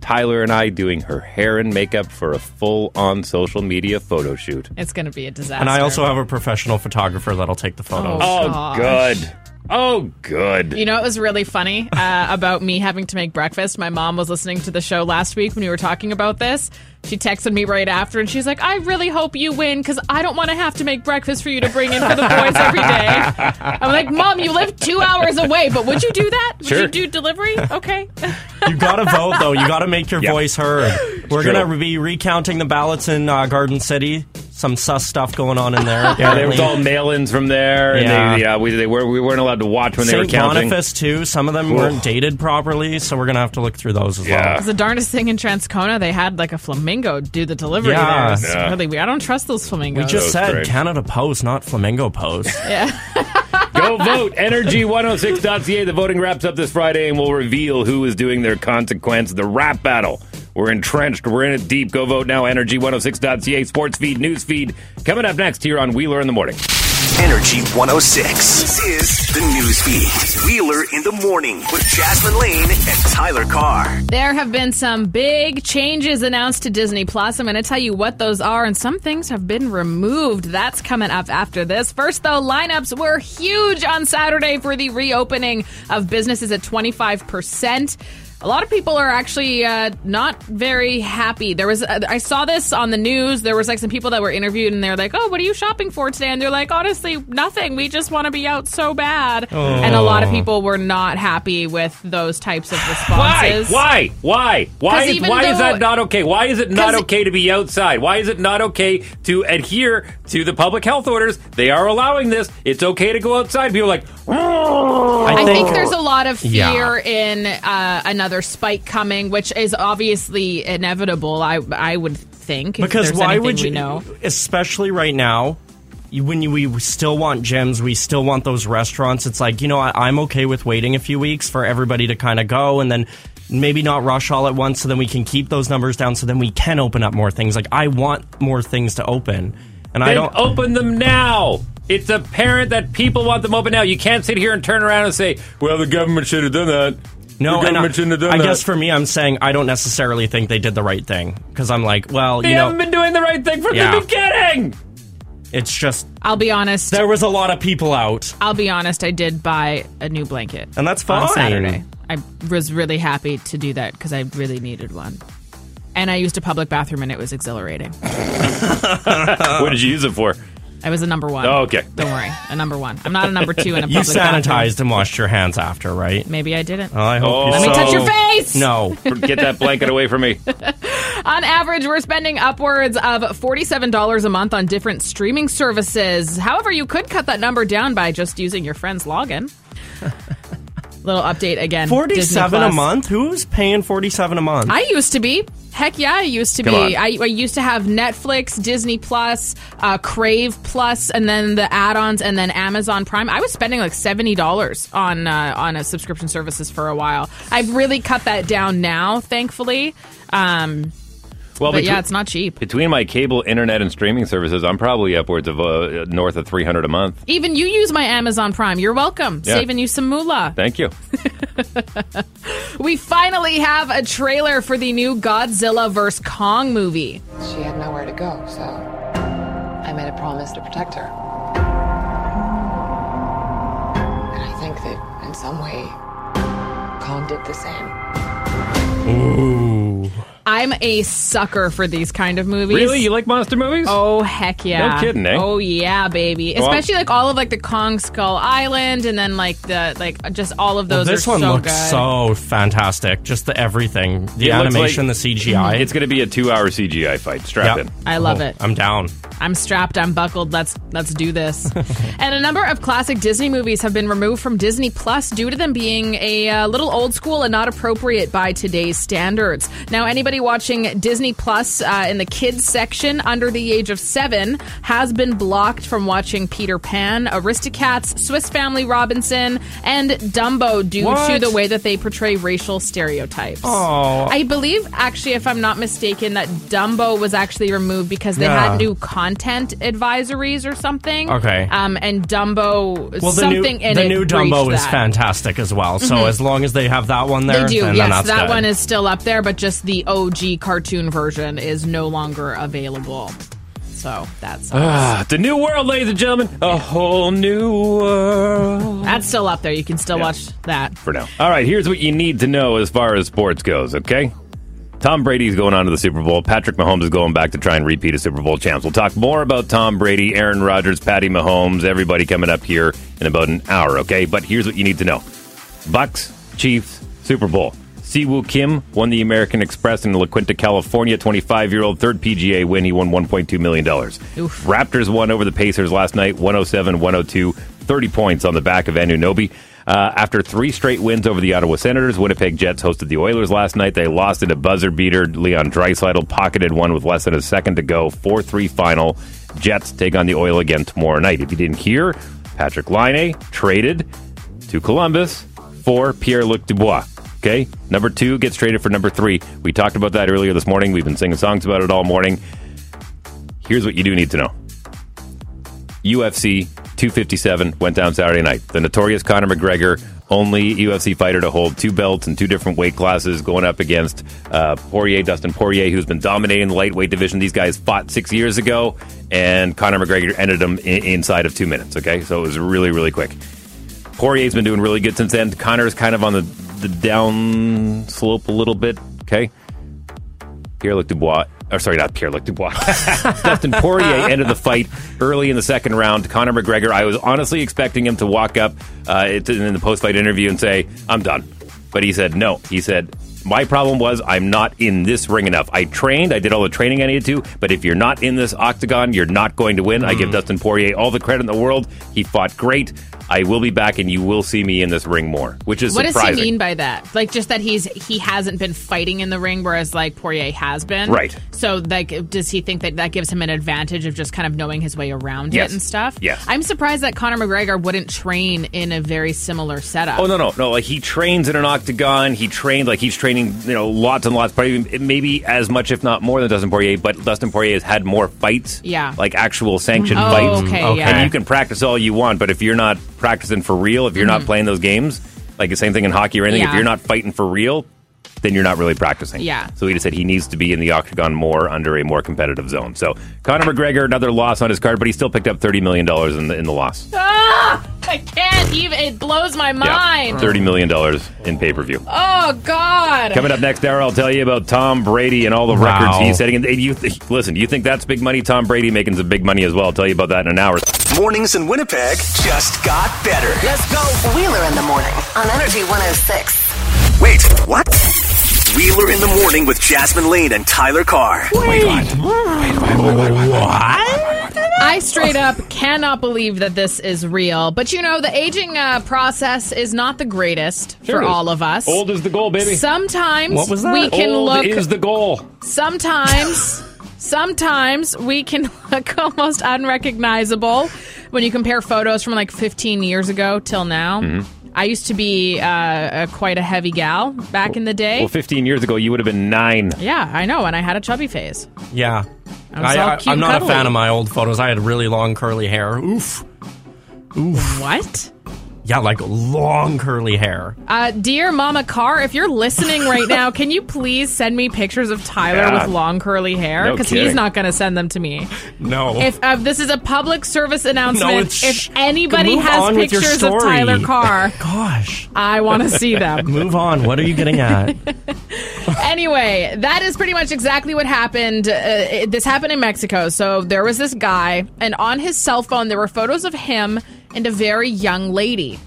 Tyler and I doing her hair and makeup for a full on social media photo shoot. It's going to be a disaster. And I also have a professional photographer that'll take the photos. Oh, Oh, good. Oh, good. You know, it was really funny uh, about me having to make breakfast. My mom was listening to the show last week when we were talking about this. She texted me right after and she's like, I really hope you win because I don't want to have to make breakfast for you to bring in for the boys every day. I'm like, Mom, you live two hours away, but would you do that? Would Sure. you do delivery? Okay. You gotta vote though. You gotta make your voice heard. We're true. gonna be recounting the ballots in uh, Garden City. Some sus stuff going on in there. Yeah, there was apparently. all mail-ins from there, and Yeah. they, yeah, we, they were we weren't allowed to watch when they were St. counting. Boniface too. Some of them Oof. weren't dated properly, so we're gonna have to look through those as It's the darndest thing in Transcona. They had like a flamingo do the delivery Yeah. there. It's Yeah. really weird. I don't trust those well. flamingos. We just said Canada Post, not Flamingo Post. Go vote. Energy106.ca. The voting wraps up this Friday, and we'll reveal who is doing their consequence. The rap battle. We're entrenched. We're in it deep. Go vote now. Energy106.ca. Sports feed, news feed. Coming up next here on Wheeler in the Morning. Energy 106. This is the news feed. Wheeler in the morning with Jasmine Lane and Tyler Carr. There have been some big changes announced to Disney Plus. I'm going to tell you what those are, and some things have been removed. That's coming up after this. First, though, lineups were huge on Saturday for the reopening of businesses at 25%. A lot of people are actually uh, not very happy. There was, uh, I saw this on the news. There was like some people that were interviewed, and they're like, "Oh, what are you shopping for today?" And they're like, "Honestly, nothing. We just want to be out so bad." And a lot of Oh. people were not happy with those types of responses. Why? Why? Why? Why? 'Cause even Why is though- that not okay? Why is it not okay to be outside? Why is it not okay to adhere to the public health orders? They are allowing this. It's okay to go outside. People are like, I I think, there's a lot of fear Yeah. in uh, another spike coming, which is obviously inevitable. I I would think if Because there's why anything would we you? know? Especially right now, you- when you, we still want gyms, we still want those restaurants. It's like you know, I, I'm okay with waiting a few weeks for everybody to kind of go, and then maybe not rush all at once, so then we can keep those numbers down, so then we can open up more things. Like I want more things to open, and I Then don't. open them now. It's apparent that people want them open now. You can't sit here and turn around and say, "Well, the government should have done that." No, the and I, government shouldn't have done I that. guess for me, I'm saying I don't necessarily think they did the right thing because I'm like, well, they you know, haven't been doing the right thing from Yeah. the beginning. it's just I'll be honest. there was a lot of people out, I'll be honest. I did buy a new blanket, and that's fine. on Saturday. I was really happy to do that because I really needed one, and I used a public bathroom, and it was exhilarating. what did you use it for? I was a number one. Oh, okay. don't worry, a number one. I'm not a number two in a public You sanitized bathroom. and washed your hands after, right? Maybe I didn't. Oh, I hope you Let me touch your face. No. Get that blanket away from me. On average, we're spending upwards of $47 a month on different streaming services. However, you could cut that number down by just using your friend's login. Little update again. Disney 47 a Plus. month? Who's paying 47 a month? I used to be. Heck yeah, I used to Come be. on. I, I used to have Netflix, Disney Plus, uh, Crave Plus, and then the add-ons, and then Amazon Prime. I was spending like seventy dollars on uh, on a subscription services for a while. I've really cut that down now, thankfully. Um, Oh, Well, but yeah, between- it's not cheap. Between my cable, internet, and streaming services, I'm probably upwards of uh, north of 300 a month. Even you use my Amazon Prime. You're welcome. Yeah. Saving you some moolah. Thank you. We finally have a trailer for the new Godzilla vs. Kong movie. She had nowhere to go, so I made a promise to protect her. And I think that in some way, Kong did the same. Ooh. I'm a sucker for these kind of movies. Really? You like monster movies? Oh heck yeah! No kidding, eh? Oh yeah, baby. Well- Especially like all of like the Kong Skull Island, and then like the like just all of Well, those. this are one so looks good. so fantastic. Just the everything, the It looks animation, like- the CGI. It's going to be a two hour CGI fight. Strap in. I love it. I'm down. I'm strapped. I'm buckled. Let's let's do this. and a number of classic Disney movies have been removed from Disney Plus due to them being a uh, little old school and not appropriate by today's standards. Now, anybody watching Disney Plus uh, in the kids section under the age of seven has been blocked from watching Peter Pan, Aristocats, Swiss Family Robinson, and Dumbo due to What? the way that they portray racial stereotypes. Oh. I believe, actually, if I'm not mistaken, that Dumbo was actually removed because they Yeah. had new content advisories or something. Okay. Um, and Dumbo, Well, the new, something in the it new Dumbo breached is that. fantastic as well. So Mhm. as long as they have that one there, They do, then, yes. then that's That good. one is still up there, but just the OG cartoon version is no longer available. So that's Ah, the new world, ladies and gentlemen. A whole new world. that's still up there. You can still watch that. for now. All right, here's what you need to know as far as sports goes, okay? Tom Brady's going on to the Super Bowl. Patrick Mahomes is going back to try and repeat a Super Bowl champs. We'll talk more about Tom Brady, Aaron Rodgers, Patty Mahomes, everybody coming up here in about an hour, okay? But here's what you need to know. Bucks, Chiefs, Super Bowl. Siwoo Kim won the American Express in La Quinta, California. 25 year old third PGA win. He won $1.2 million. Raptors won over the Pacers last night 107 102. 30 points on the back of Anunobi. Uh, after three straight wins over the Ottawa Senators, Winnipeg Jets hosted the Oilers last night. They lost in a buzzer beater. Leon Dreisidel pocketed one with less than a second to go. 4 3 final. Jets take on the Oil again tomorrow night. If you didn't hear, Patrick Line traded to Columbus. Four, Pierre Luc Dubois. Okay. Number two gets traded for number three. We talked about that earlier this morning. We've been singing songs about it all morning. Here's what you do need to know UFC 257 went down Saturday night. The notorious Conor McGregor, only UFC fighter to hold two belts in two different weight classes, going up against uh, Poirier, Dustin Poirier, who's been dominating the lightweight division. These guys fought six years ago, and Conor McGregor ended them in- inside of two minutes. Okay, so it was really, really quick. Poirier's been doing really good since then. Connor's kind of on the, the down slope a little bit. Okay. Pierre Luc Dubois, or sorry, not Pierre Luc Dubois. Dustin Poirier ended the fight early in the second round. Conor McGregor, I was honestly expecting him to walk up uh, it- in the post fight interview and say, I'm done. But he said, no. He said, my problem was I'm not in this ring enough. I trained, I did all the training I needed to, but if you're not in this octagon, you're not going to win. I give Dustin Poirier all the credit in the world. He fought great. I will be back and you will see me in this ring more, which is What surprising. does he mean by that? Like just that he's he hasn't been fighting in the ring, whereas like Poirier has been. Right. So like, does he think that that gives him an advantage of just kind of knowing his way around Yes. it and stuff? Yes. I'm surprised that Conor McGregor wouldn't train in a very similar setup. Oh no, no, no! Like he trains in an octagon. He trained like he's training, you know, lots and lots. Probably even- maybe as much, if not more, than Dustin Poirier. But Dustin Poirier has had more fights. Yeah. like actual sanctioned Oh, fights. okay, Okay. yeah. And you can practice all you want, but if you're not practicing for real, if you're not playing those games, like the same thing in hockey or anything, Mm-hmm. Yeah. if you're not fighting for real, then you're not really practicing. Yeah. So he just said he needs to be in the octagon more under a more competitive zone. So Conor McGregor, another loss on his card, but he still picked up thirty million dollars in the in the loss. Ah, I can't even. It blows my mind. Yeah, thirty million dollars in pay per view. Oh God. Coming up next hour, I'll tell you about Tom Brady and all the Wow. records he's setting. And you th- listen, you think that's big money? Tom Brady making some big money as well. I'll tell you about that in an hour. Mornings in Winnipeg just got better. Let's go. Wheeler in the morning on Energy 106. Wait, what? Wheeler in the morning with Jasmine Lane and Tyler Carr. Wait, what? uh, I straight up cannot believe that this is real. But you know, the aging uh, process is not the greatest Sure for it is. all of us. Old is the goal, baby. Sometimes What was that? we can Old look. is the goal. Sometimes. Sometimes we can look almost unrecognizable when you compare photos from like 15 years ago till now. Mhm. Mm-hmm. I used to be uh, uh, quite a heavy gal back in the day. Well, 15 years ago, you would have been nine. yeah, I know, and I had a chubby face. Yeah. I was all I, cute I, am and not a cuddly. fan of my old photos. I had really long curly hair. Oof. Oof. What? Yeah, like long curly hair. Uh, dear Mama Carr, if you're listening right now, can you please send me pictures of Tyler Yeah. with long curly hair? No Because he's kidding. not going to send them to me. No. If uh, this is a public service announcement, No, it's- if anybody Move has on with your pictures of story. Tyler Carr, gosh, I want to see them. Move on. What are you getting at? anyway, that is pretty much exactly what happened. Uh, it, this happened in Mexico. So there was this guy, and on his cell phone, there were photos of him and a very young lady.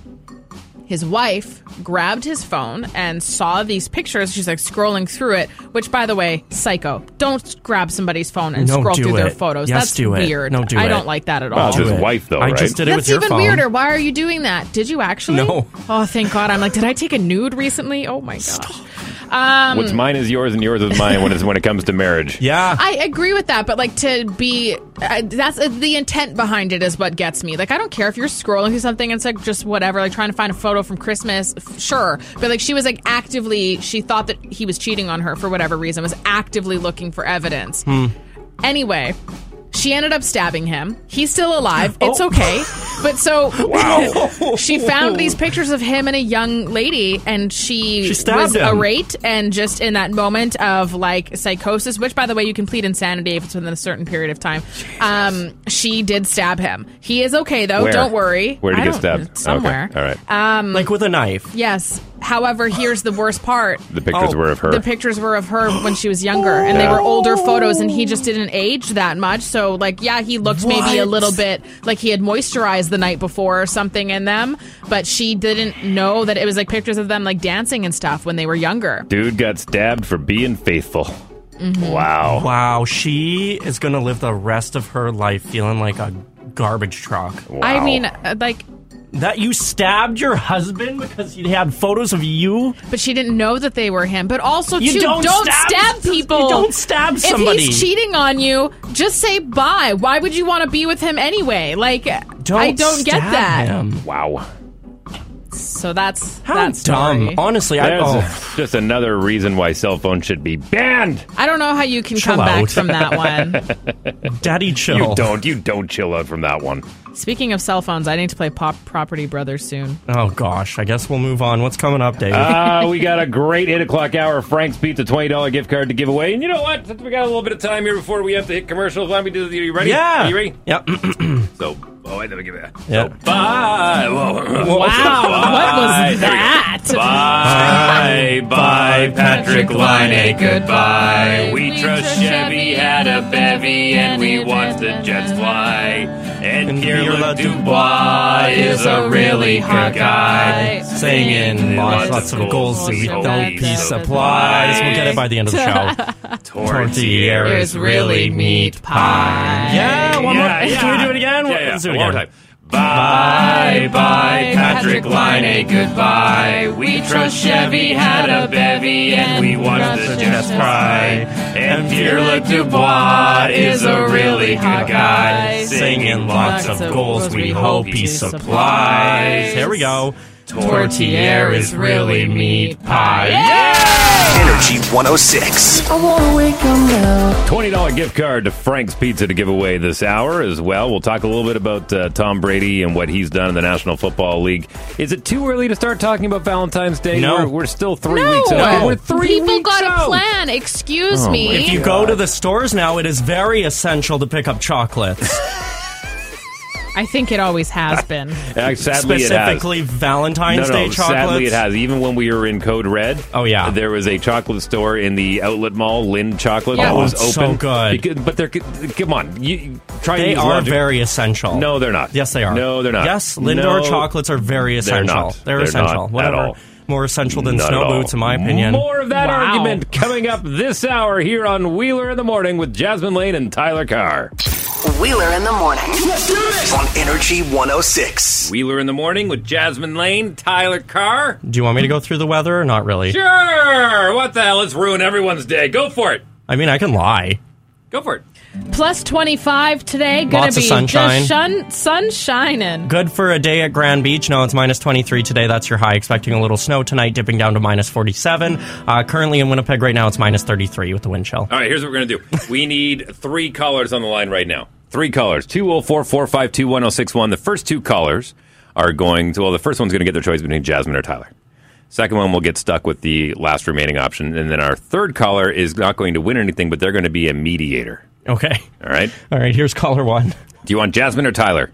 his wife grabbed his phone and saw these pictures. She's like scrolling through it, which, by the way, psycho. Don't grab somebody's phone and No, scroll do through their it. photos. Yes, That's do it. weird. No, do I it. don't like that at Well, all. it's his wife, though, I right? just did it That's with your even phone. weirder. Why are you doing that? Did you actually? No. Oh, thank God. I'm like, did I take a nude recently? Oh my gosh. Um, What's mine is yours, and yours is mine when it's when it comes to marriage. Yeah. I agree with that, but like to be uh, that's uh, the intent behind it is what gets me. Like I don't care if you're scrolling through something and it's like just whatever, like trying to find a photo from Christmas, f- sure. But like she was like actively, she thought that he was cheating on her for whatever reason, was actively looking for evidence. Anyway, she ended up stabbing him. He's still alive. Oh. It's okay. But so Wow. she found these pictures of him and a young lady and she, She stabbed was him. irate and just in that moment of like psychosis, which by the way you can plead insanity if it's within a certain period of time. Um, she did stab him. He is okay though. Where? Oh, Don't worry. Where did I he get don't- stabbed? Somewhere. Okay, all right. Um, like with a knife. Yes. However, here's the worst part. The pictures Oh. were of her. The pictures were of her when she was younger, and they Yeah. were older photos, and he just didn't age that much. So, like, yeah, he looked maybe a What? little bit like he had moisturized the night before or something in them, but she didn't know that it was like pictures of them like dancing and stuff when they were younger. Dude got stabbed for being faithful. Mhm. Wow. Wow. She is going to live the rest of her life feeling like a garbage truck. I mean, uh, like, that you stabbed your husband because he had photos of you? But she didn't know that they were him. But also, You too, don't stab- people. you don't stab If somebody. he's cheating on you, just say bye. Why would you want to be with him anyway? Like, I don't get stab that. him. Wow. So that's How that's dumb. Story. Honestly, I There's oh. just another reason why cell phones should be banned. I don't know how you can come back from that one. Daddy chill. You don't. You don't chill out from that one. Speaking of cell phones, I need to play Pop Property Brothers soon. Oh gosh, I guess we'll move on. What's coming up, Dave? Uh, we got a great 8 o'clock hour Frank's Pizza $20 gift card to give away. And you know what? Since we got a little bit of time here before we have to hit commercials, let me do the. Are you ready? Yeah. Are you ready? Yep. so, oh, wait, let me give it a. Yep. Bye. Wow. what was that? Bye. Bye, Patrick Line. eh, Goodbye. We trust Chevy had a bevy and we watched the Jets fly. And Pierre Dubois is a really hot guy. Singing lots, lots of goals so we don't be surprised. We'll get it by the end of the show. Tortillera's really meat pie. Yeah, one Yeah, more. yeah. Can we do it again? Yeah, yeah. Let's do it One more again. Bye, bye, Patrick eh, Laine, Goodbye. We trust Chevy had a bevy and we watched the Jets cry. And Pierre Dubois is a really good guy. Singing lots of goals, we hope he supplies. Here we go. Tortillera's really meat pie. Energy 106. I wanna wake up now. $20 gift card to Frank's Pizza to give away this hour as well. We'll talk a little bit about uh, Tom Brady and what he's done in the National Football League. Is it too early to start talking about Valentine's Day? No. We're, we're still three No, weeks out. We're three people weeks got out. a plan. Excuse Oh, my me. If you go to the stores now, it is very essential to pick up chocolates. I think it always has been. Uh, sadly, it has. Specifically Valentine's No, no, Day chocolates. Sadly, it has. Even when we were in Code Red, oh yeah, there was a chocolate store in the outlet mall, Lynn Chocolate, Yeah. that Oh, was it's so open. good. Because- but they're come on, you try. and They use are logic. very essential. No, they're not. Yes, they are. No, they're not. Yes, Lindor No, chocolates are very they're essential. not. They're They're essential. not at Whatever. all. More essential than Not at snow all. boots, in my opinion. More of that Wow. argument coming up this hour here on Wheeler in the Morning with Jasmine Lane and Tyler Carr. Wheeler in the morning. Let's do this. On Energy 106. Wheeler in the Morning with Jasmine Lane, Tyler Carr. Do you want me to go through the weather or not really? Sure. What the hell? Let's ruin everyone's day. Go for it. I mean, I can lie. Go for it. Plus 25 today. Gonna Lots be of sunshine. just shun- sun shining. Good for a day at Grand Beach. No, it's minus 23 today. That's your high. Expecting a little snow tonight, dipping down to minus 47. Uh, currently in Winnipeg right now, it's minus 33 with the wind chill. All right, here's what we're going to do. We need three callers on the line right now. Three callers 204 452 1061. The first two callers are going to, well, the first one's going to get their choice between Jasmine or Tyler. Second one will get stuck with the last remaining option. And then our third caller is not going to win anything, but they're going to be a mediator. Okay. All right. All right, here's caller one. Do you want Jasmine or Tyler?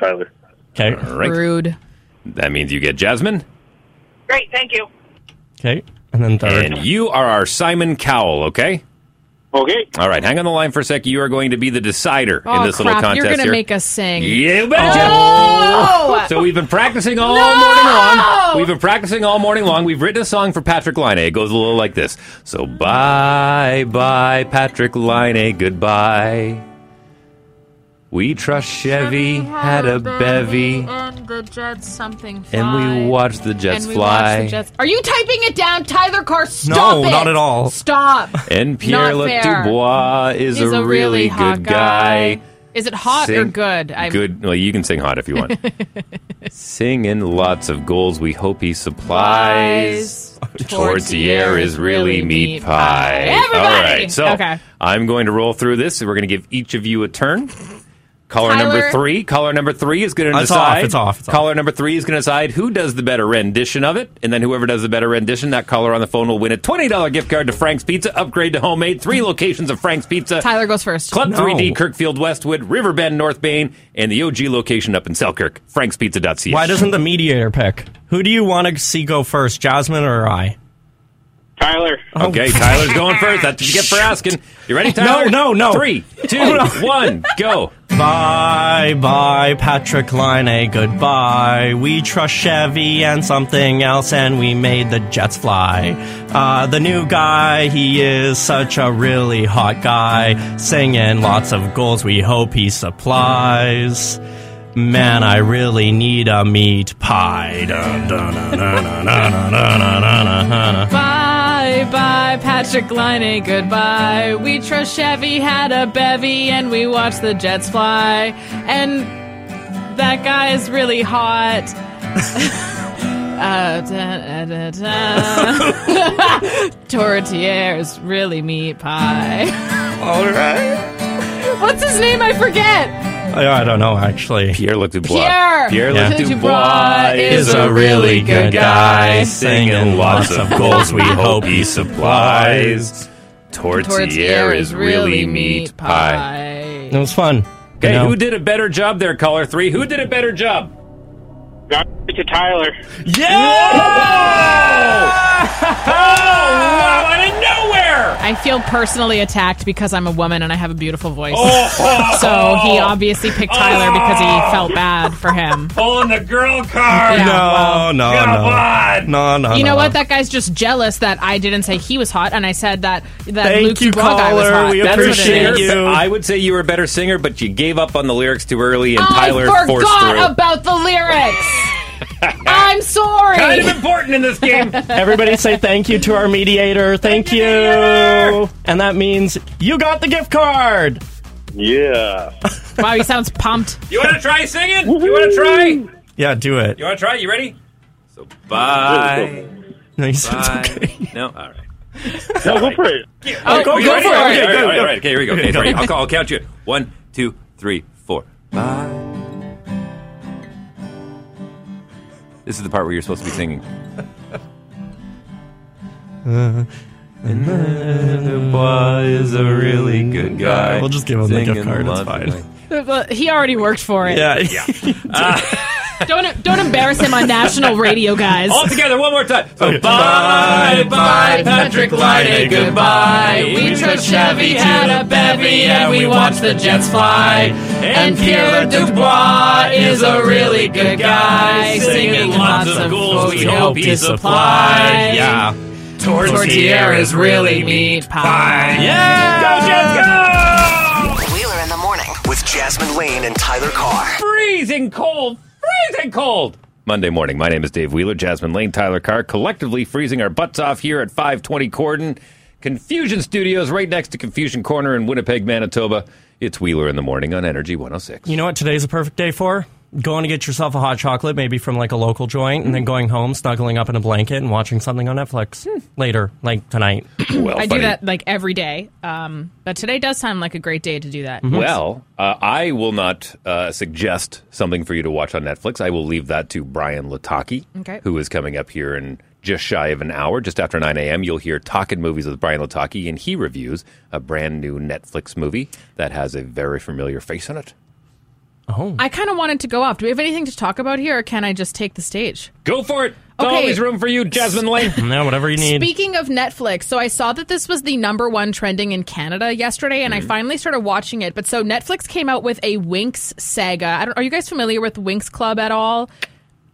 Tyler. Okay. All right. Rude. That means you get Jasmine. Great, thank you. Okay. And then third. And you are our Simon Cowell, okay? Okay. All right, hang on the line for a sec. You are going to be the decider Oh, in this crap. little contest You're going to here. make us sing. You betcha. Oh! So we've been practicing all No! morning long. We've been practicing all morning long. We've written a song for Patrick Line. It goes a little like this. So bye bye Patrick Line, goodbye. We trust Chevy had a bevy. And the Jets something And we fly. watched the Jets and we watched fly. the Jets- Are you typing it down, Tyler Carr? Stop it. not at all. Stop. And Pierre Not Le fair. Dubois is He's a, really, hot good guy. Is it hot or Sing- good? I'm, Good. Well, you can sing hot if you want. Singing lots of goals. We hope he supplies. Tortier is really meat pie. Everybody! All right. So Okay. I'm going to roll through this. We're going to give each of you a turn. Caller number Tyler- three. Caller number three is going to It's decide. off, it's off, it's off. caller number three is going to decide who does the better rendition of it, and then whoever does the better rendition, that caller on the phone will win a twenty dollar gift card to Frank's Pizza, upgrade to homemade, three locations of Frank's Pizza. Tyler goes first. Club 3D, Kirkfield, Westwood, Riverbend, North Main, and the OG location up in Selkirk, frankspizza.ca. Why doesn't the mediator pick? Who do you want to see go first, Jasmine or I? Tyler. Okay, Tyler's going first. That's what you get for asking. You ready, Tyler? oh. No, no, no. Three, two, one, go. Bye, bye, Patrick Line. Goodbye. We trust Chevy and something else, and we made the Jets fly. Uh, the new guy, he is such a really hot guy, singing lots of goals. We hope he supplies. Man, I really need a meat pie. Dun, dun, dun, dun, dun, dun, dun, dun, dun, dun, dun. Bye, bye, Patrick Line. Goodbye. We trust Chevy had a bevy, and we watched the Jets fly. And that guy is really hot. uh, da, da, da, da. Tortiere is really meat pie. All right. What's his name? I forget. I, I don't know, actually. Pierre Le Pierre. Pierre Le Dubois Dubois is is a a really really good good guy, guy, singing lots of goals. We hope he supplies. Tortiere Tortiere is really meat pie. It was fun. Okay, You know? who did a better job there, caller three? Who did a better job? Got to Tyler. Yeah! Oh, wow, out of nowhere! I feel personally attacked because I'm a woman and I have a beautiful voice. Oh. so he obviously picked Tyler because Oh. he felt bad for him. Pulling the girl card. Yeah, no, well. no, no, no, no, no. you know no. what? That guy's just jealous that I didn't say he was hot, and I said that that Thank Luke you, Dubois guy was caller. hot. We That's what it appreciate is. you. I would say you were a better singer, but you gave up on the lyrics too early, and Tyler I forced through. forgot about the lyrics. I'm sorry. kind of important in this game. Everybody say thank you to our mediator. Thank you. And that means you got the gift card. Yeah. wow, he sounds pumped. You want to try singing? You want to try? You Yeah, do it. want to try? You ready? So bye. No, you said it's Bye. okay. No, all right. No, go for it. Oh, Are you go ready? Okay, for it. Okay, all right, go, all right, go. all right. Okay, here we go. Okay, Okay, go. sorry. I'll, call, I'll count you. in. One, two, three, four. Bye. This is the part where you're supposed to be singing. Boy is a really good guy. We'll just give him the Singing gift card, it's lots of fine. nice- But He already worked for it. Yeah, yeah. Don't don't embarrass him on national radio, guys. Oh, All together, one more time. So Okay. bye, bye, Patrick Lyday, goodbye. We trust Chevy had a bevy and we watched the Jets fly. And Pierre Dubois is a really good guy, singing lots of goals we hope he supplies. Yeah. Tortiere is really meat pie. Yeah. Go, Jets, go! Wheeler in the morning with Jasmine Lane and Tyler Carr. Freezing cold, freezing cold. Monday morning. My name is Dave Wheeler, Jasmine Lane, Tyler Carr, collectively freezing our butts off here at 520 Cordon. Confusion Studios, right next to Confusion Corner in Winnipeg, Manitoba. It's Wheeler in the morning on Energy 106. You know what today's a perfect day for? Going to get yourself a hot chocolate, maybe from like a local joint, and then Mm. going home, snuggling up in a blanket, and watching something on Netflix Hmm. later, like tonight. Well, I do funny- that like every day, um, but today does sound like a great day to do that. Well, uh, I will not uh, suggest something for you to watch on Netflix. I will leave that to Brian Lataki, Okay. who is coming up here in just shy of an hour, just after 9 a.m. You'll hear Talking Movies with Brian Lataki, and he reviews a brand new Netflix movie that has a very familiar face in it. I kind of wanted to go off. Do we have anything to talk about here, or can I just take the stage? Go for it! There's Okay. always room for you, Jasmine Lane. No, whatever you need. Speaking of Netflix, so I saw that this was the number one trending in Canada yesterday, and I Mm. finally started watching it. But so Netflix came out with a Winx saga. I don't, are you guys familiar with Winx Club at all?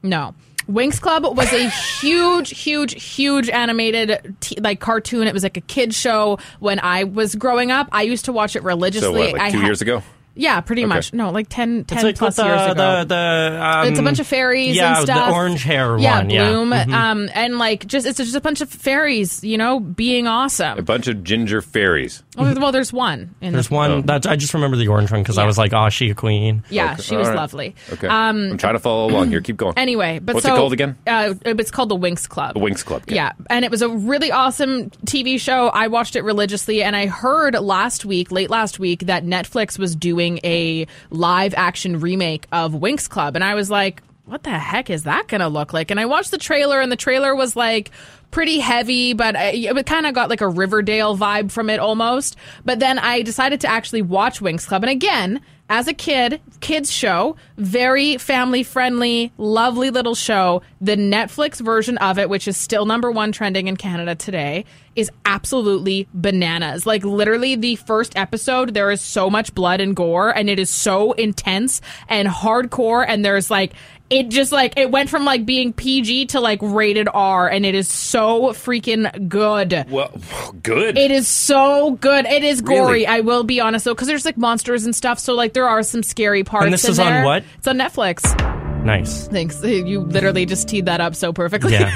No. Winx Club was a huge, huge, huge animated t- like cartoon. It was like a kid show when I was growing up. I used to watch it religiously. So what, I like two ha- years ago? Yeah, pretty Okay. much. No, like 10, 10 It's like plus with the, years ago the the um, Mm. it's a bunch of fairies yeah, and stuff. the orange hair yeah, one. Bloom. Yeah, Mm-hmm. Mhm. Um, and like just it's just a bunch of fairies, you know, being A awesome. bunch of ginger fairies. Oh, there's- Well, there's one. In There's the, one Oh. that I just remember the orange one because I was like, oh, she a queen. Yeah, Okay, she was all right. lovely. Okay. Um, I'm trying to follow along here. Keep going. Anyway, but what's so, it called again? Uh, it's called the Winx Club. The Winx Club. Okay. Yeah, and it was a really awesome TV show. I watched it religiously, and I heard last week, late last week, that Netflix was doing a live action remake of Winx Club, and I was like, "What the heck is that going to look like?" And I watched the trailer, and the trailer was like pretty heavy, but I- it kind of got like a Riverdale vibe from it almost. But then I decided to actually watch Winx Club, and again. As a kid, kids show, very family friendly, lovely little show. The Netflix version of it, which is still number one trending in Canada today, is absolutely bananas. Like literally the first episode, there is so much blood and gore and it is so intense and hardcore and there's like it just like it went from like being PG to like rated R and it is so freaking good. Well, good. It is so good. It is gory. Really? I will be honest though, because there's like monsters and stuff. So like there are some scary parts. this in is on there. what? It's on Netflix. Nice. Thanks. You literally just teed that up so perfectly. Yeah.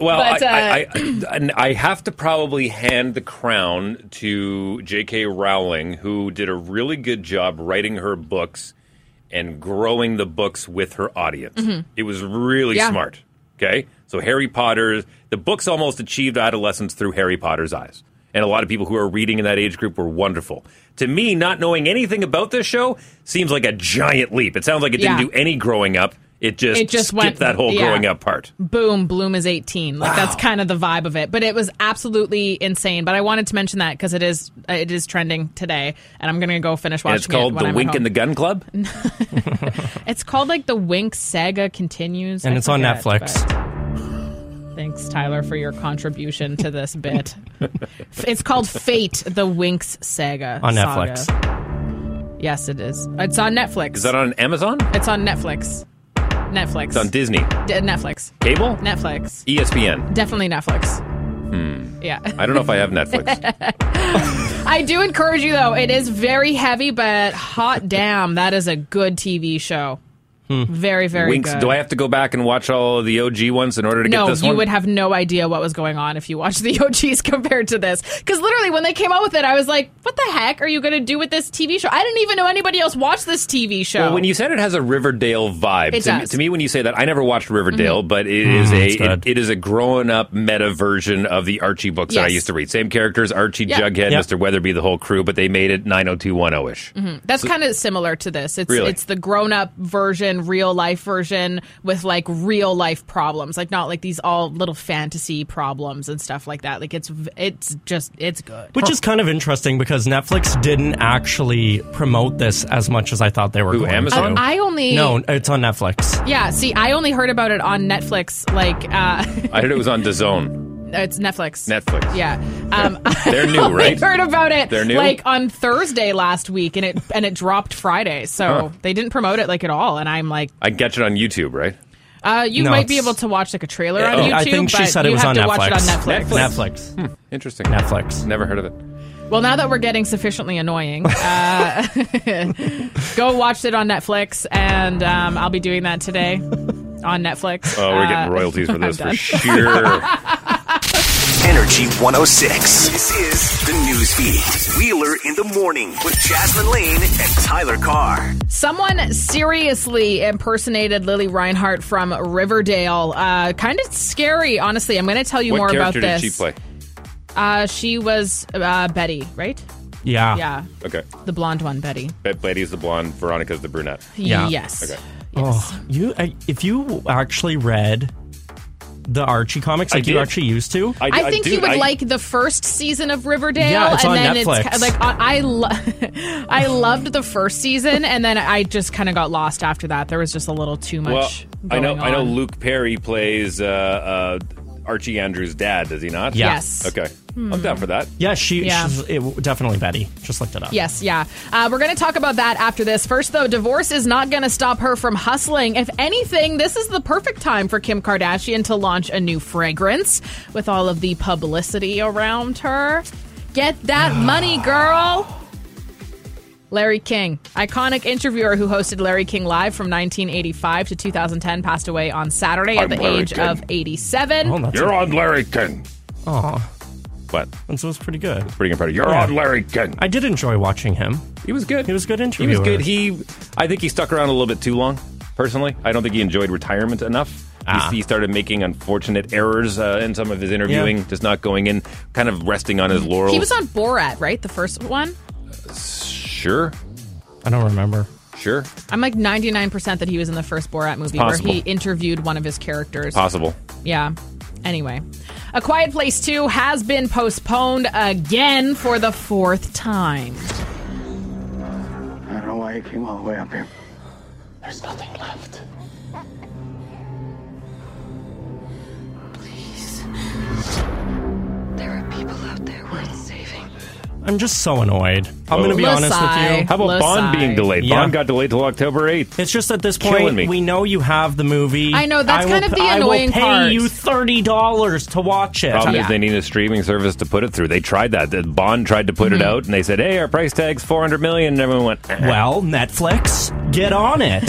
Well, But, uh, I, I, I, and I have to probably hand the crown to J.K. Rowling, who did a really good job writing her books and growing the books with her audience. Mm-hmm. Mhm. It was really Yeah. smart. Okay. So, Harry Potter, the books almost achieved adolescence through Harry Potter's eyes. And a lot of people who are reading in that age group were wonderful. To me, not knowing anything about this show seems like a giant leap. It sounds like it Yeah. didn't do any growing up. It just, It just skipped went- that whole yeah. growing up part. Boom, Bloom is 18. Like that's kind of the vibe of it, but it was absolutely insane. But I wanted to mention that because it is uh, it is trending today, and I'm gonna go finish watching and it's called it The Wink and the Gun Club. It's called like the Wink Saga continues, And I it's on forget, Netflix. but- Thanks, Tyler, for your contribution to this bit. F- it's called Fate: The Winx Saga On Saga. Netflix. Yes, it is. It's on Netflix. Is that on Amazon? It's on Netflix. Netflix. It's on Disney, D- Netflix. cable, E Netflix. ESPN. Definitely Netflix. Hmm. Yeah. I don't know if I have Netflix. I do encourage you though. It is very heavy, but hot damn, that is a good TV show. Hmm. Very, very Winks. good. Do I have to go back and watch all of the OG ones in order to no, get this you one? would have no idea what was going on if you watched the OGs compared to this. Because literally, when they came out with it, I was like, "What the heck are you going to do with this TV show?" I didn't even know anybody else watched this TV show. Well, when you said it has a Riverdale vibe, It to, me- does. Mm-hmm. to me, when you say that, I never watched Riverdale, but it is Mm, it's a good. it, it is a grown up meta version of the Archie books that I Yes. used to read. Same characters, Archie, Yeah. Jughead, Yeah. Mr. Weatherby, the whole crew, but they made it nine hundred two one zero ish. Mhm. That's So- kind of similar to this. It's Really? it's the grown up version, real life version with like real life problems, like not like these all little fantasy problems and stuff like that. Like it's v- it's just it's good. Which is kind of interesting because Netflix didn't actually promote this as much as I thought they were going Amazon? Oh. to. Oh, I only- No, it's on Netflix. Yeah, see, I only heard about it on Netflix. Like, uh, I heard it was on DAZN, it's Netflix. Netflix. Yeah, um, They're new, right? I heard about it. They're new? Like on Thursday last week, and it and it dropped Friday, so Huh. they didn't promote it like at all. And I'm like, I can catch it on YouTube, right? uh, you No, might be it's- able to watch like a trailer on Oh. YouTube. I think she but said it you was have on to Netflix. watch it on Netflix. Netflix. Hmm, interesting. Netflix. Never heard of it. Well, now that we're getting sufficiently annoying, uh, go watch it on Netflix, and um, I'll be doing that today on Netflix. Oh, we're Uh, getting royalties for I'm this for done. sure. Energy 106. This is the news feed. Wheeler in the morning with Jasmine Lane and Tyler Carr. Someone seriously impersonated Lily Reinhart from Riverdale. Uh, kind of scary, honestly. I'm going to tell you what more about character this. did she play? Uh, she was uh, Betty, right? Yeah. Yeah. Okay. The blonde one, Betty. Bet Betty's the blonde, Veronica's the brunette. Yeah. Yes. Okay. Oh, you I, if you actually read the Archie comics I like you did. actually used to, I, think you would like the first season of Riverdale, Yeah, it's and on then it's Netflix. ki- like uh, I I, lo- I loved the first season, and then I just kind of got lost after that. There was just a little too much. Well, I know. going I know. on. Luke Perry plays uh, uh, Archie Andrews' dad. Does he not? Yeah. Yes. Okay. Hmm. I'm down for that. Yeah, she. Yeah. She's, it, definitely Betty. Just looked it up. Yes, yeah. Uh, we're going to talk about that after this. First, though, divorce is not going to stop her from hustling. If anything, this is the perfect time for Kim Kardashian to launch a new fragrance with all of the publicity around her. Get that money, girl. Larry King, iconic interviewer who hosted Larry King Live from 1985 to 2010, passed away on Saturday at I'm the Larry age King. of 87. Oh, You're on Larry King. Aw, What? and so it's pretty good. Pretty impressive. You're Yeah. on Larry King. I did enjoy watching him. He was good. He was a good He interviewer. was good. He, I think he stuck around a little bit too long. Personally, I don't think he enjoyed retirement enough. He- Ah. He started making unfortunate errors uh, in some of his interviewing, Yeah. just not going in, kind of resting on his laurels. He was on Borat, right? The first one? sure, I don't remember. sure, I'm like 99% that he was in the first Borat movie where possible. he interviewed one of his characters. possible. Yeah. Anyway, A Quiet Place 2 has been postponed again for the fourth time. I don't know why you came all the way up here. There's nothing left. Please. There are people out there worth saving. I'm just so annoyed. I'm going to Oh, be honest with you. How about Bond being delayed? Yeah. Bond got delayed till October 8th. It's just at this Killing point, me. we know you have the movie. I know, that's I kind will of p- the annoying I will pay part. you thirty dollars to watch it. Problem is, they need a streaming service to put it through. They tried that. The Bond tried to put it Mm-hmm. Mhm. out, and they said, "Hey, our price tag's four hundred million. And everyone went, "Eh." Well, Netflix, get on it.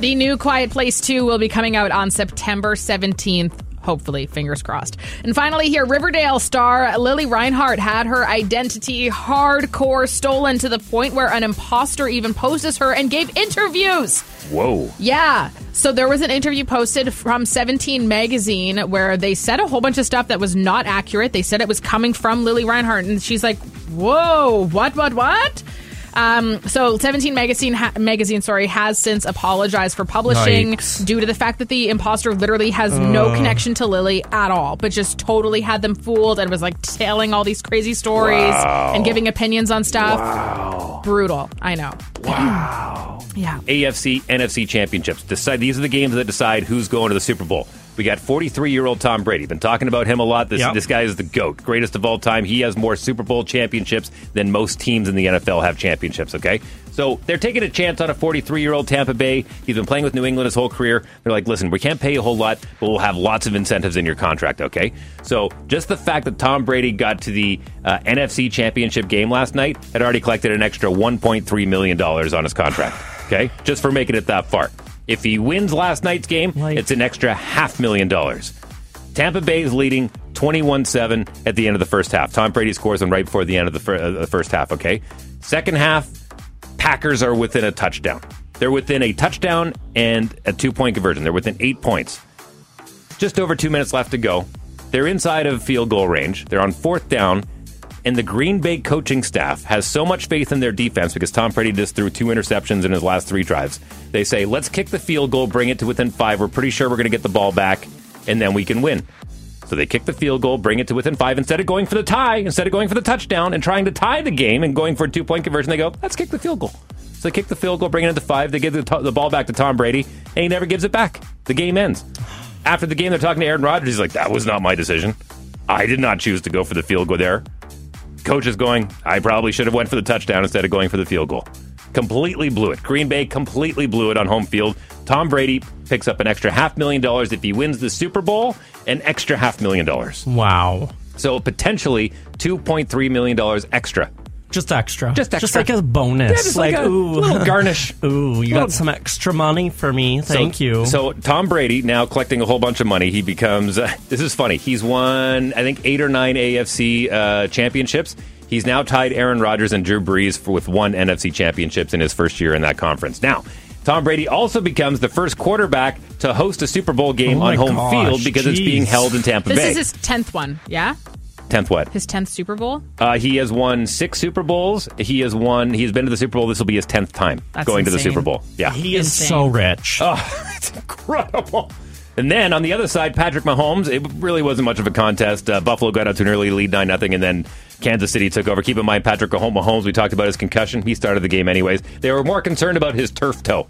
The new Quiet Place 2 will be coming out on September 17th. Hopefully, fingers crossed. And finally, here, Riverdale star Lily Reinhart had her identity hardcore stolen to the point where an imposter even posed as her and gave interviews. "Whoa." Yeah. So there was an interview posted from 17 Magazine where they said a whole bunch of stuff that was not accurate. They said it was coming from Lily Reinhart, and she's like, "Whoa, what, what, what?" Um, so 17 Magazine ha- magazine sorry has since apologized for publishing Yikes. due to the fact that the imposter literally has no Ugh. connection to Lily at all, but just totally had them fooled and was like telling all these crazy stories Wow. and giving opinions on stuff. Brutal. I know. Yeah. AFC, NFC championships. Decide these are the games that decide who's going to the Super Bowl. We got 43-year-old Tom Brady. Been talking about him a lot. This Yep. this guy is the goat, greatest of all time. He has more Super Bowl championships than most teams in the NFL have championships. Okay, so they're taking a chance on a 43-year-old Tampa Bay. He's been playing with New England his whole career. They're like, listen, we can't pay you a whole lot, but we'll have lots of incentives in your contract. Okay, so just the fact that Tom Brady got to the uh, NFC Championship game last night had already collected an extra 1.3 million dollars on his contract. Okay, just for making it that far. If he wins last night's game, it's an extra half million dollars. Tampa Bay is leading 21 7 at the end of the first half. Tom Brady scores them right before the end of the, fir- uh, the first half, okay? Second half, Packers are within a touchdown. They're within a touchdown and a two point conversion. They're within eight points. Just over two minutes left to go. They're inside of field goal range. They're on fourth down. And the Green Bay coaching staff has so much faith in their defense because Tom Brady just threw two interceptions in his last three drives. They say, let's kick the field goal, bring it to within five. We're pretty sure we're going to get the ball back, and then we can win. So they kick the field goal, bring it to within five. Instead of going for the tie, instead of going for the touchdown and trying to tie the game and going for a two point conversion, they go, let's kick the field goal. So they kick the field goal, bring it to five. They give the, to- the ball back to Tom Brady, and he never gives it back. The game ends. After the game, they're talking to Aaron Rodgers. He's like, that was not my decision. I did not choose to go for the field goal there. Coach is going, I probably should have went for the touchdown instead of going for the field goal. Completely blew it. Green Bay completely blew it on home field. Tom Brady picks up an extra half million dollars if he wins the Super Bowl, an extra half million dollars. Wow. So potentially $2.3 million extra. Just extra. Just Just extra. like a bonus. Yeah, just like a ooh. little garnish. ooh, you Little- got some extra money for me. So- Thank you. So Tom Brady now collecting a whole bunch of money. He becomes uh, this is funny. He's won I think eight or nine AFC uh, championships. He's now tied Aaron Rodgers and Drew Brees for, with one NFC championships in his first year in that conference. Now. Tom Brady also becomes the first quarterback to host a Super Bowl game Oh on my home gosh, field because it's being jeez. held in Tampa This Bay. is his 10th one. Yeah? Tenth what? His 10th Super Bowl? Uh, he has won six Super Bowls. He has won. He's been to the Super Bowl. This will be his tenth time That's going to the insane. Super Bowl. Yeah, he is so rich. Oh, it's incredible. And then on the other side, Patrick Mahomes. It really wasn't much of a contest. Uh, Buffalo got out to an early lead, nine nothing, and then Kansas City took over. Keep in mind, Patrick Mahomes. We talked about his concussion. He started the game anyways. They were more concerned about his turf toe.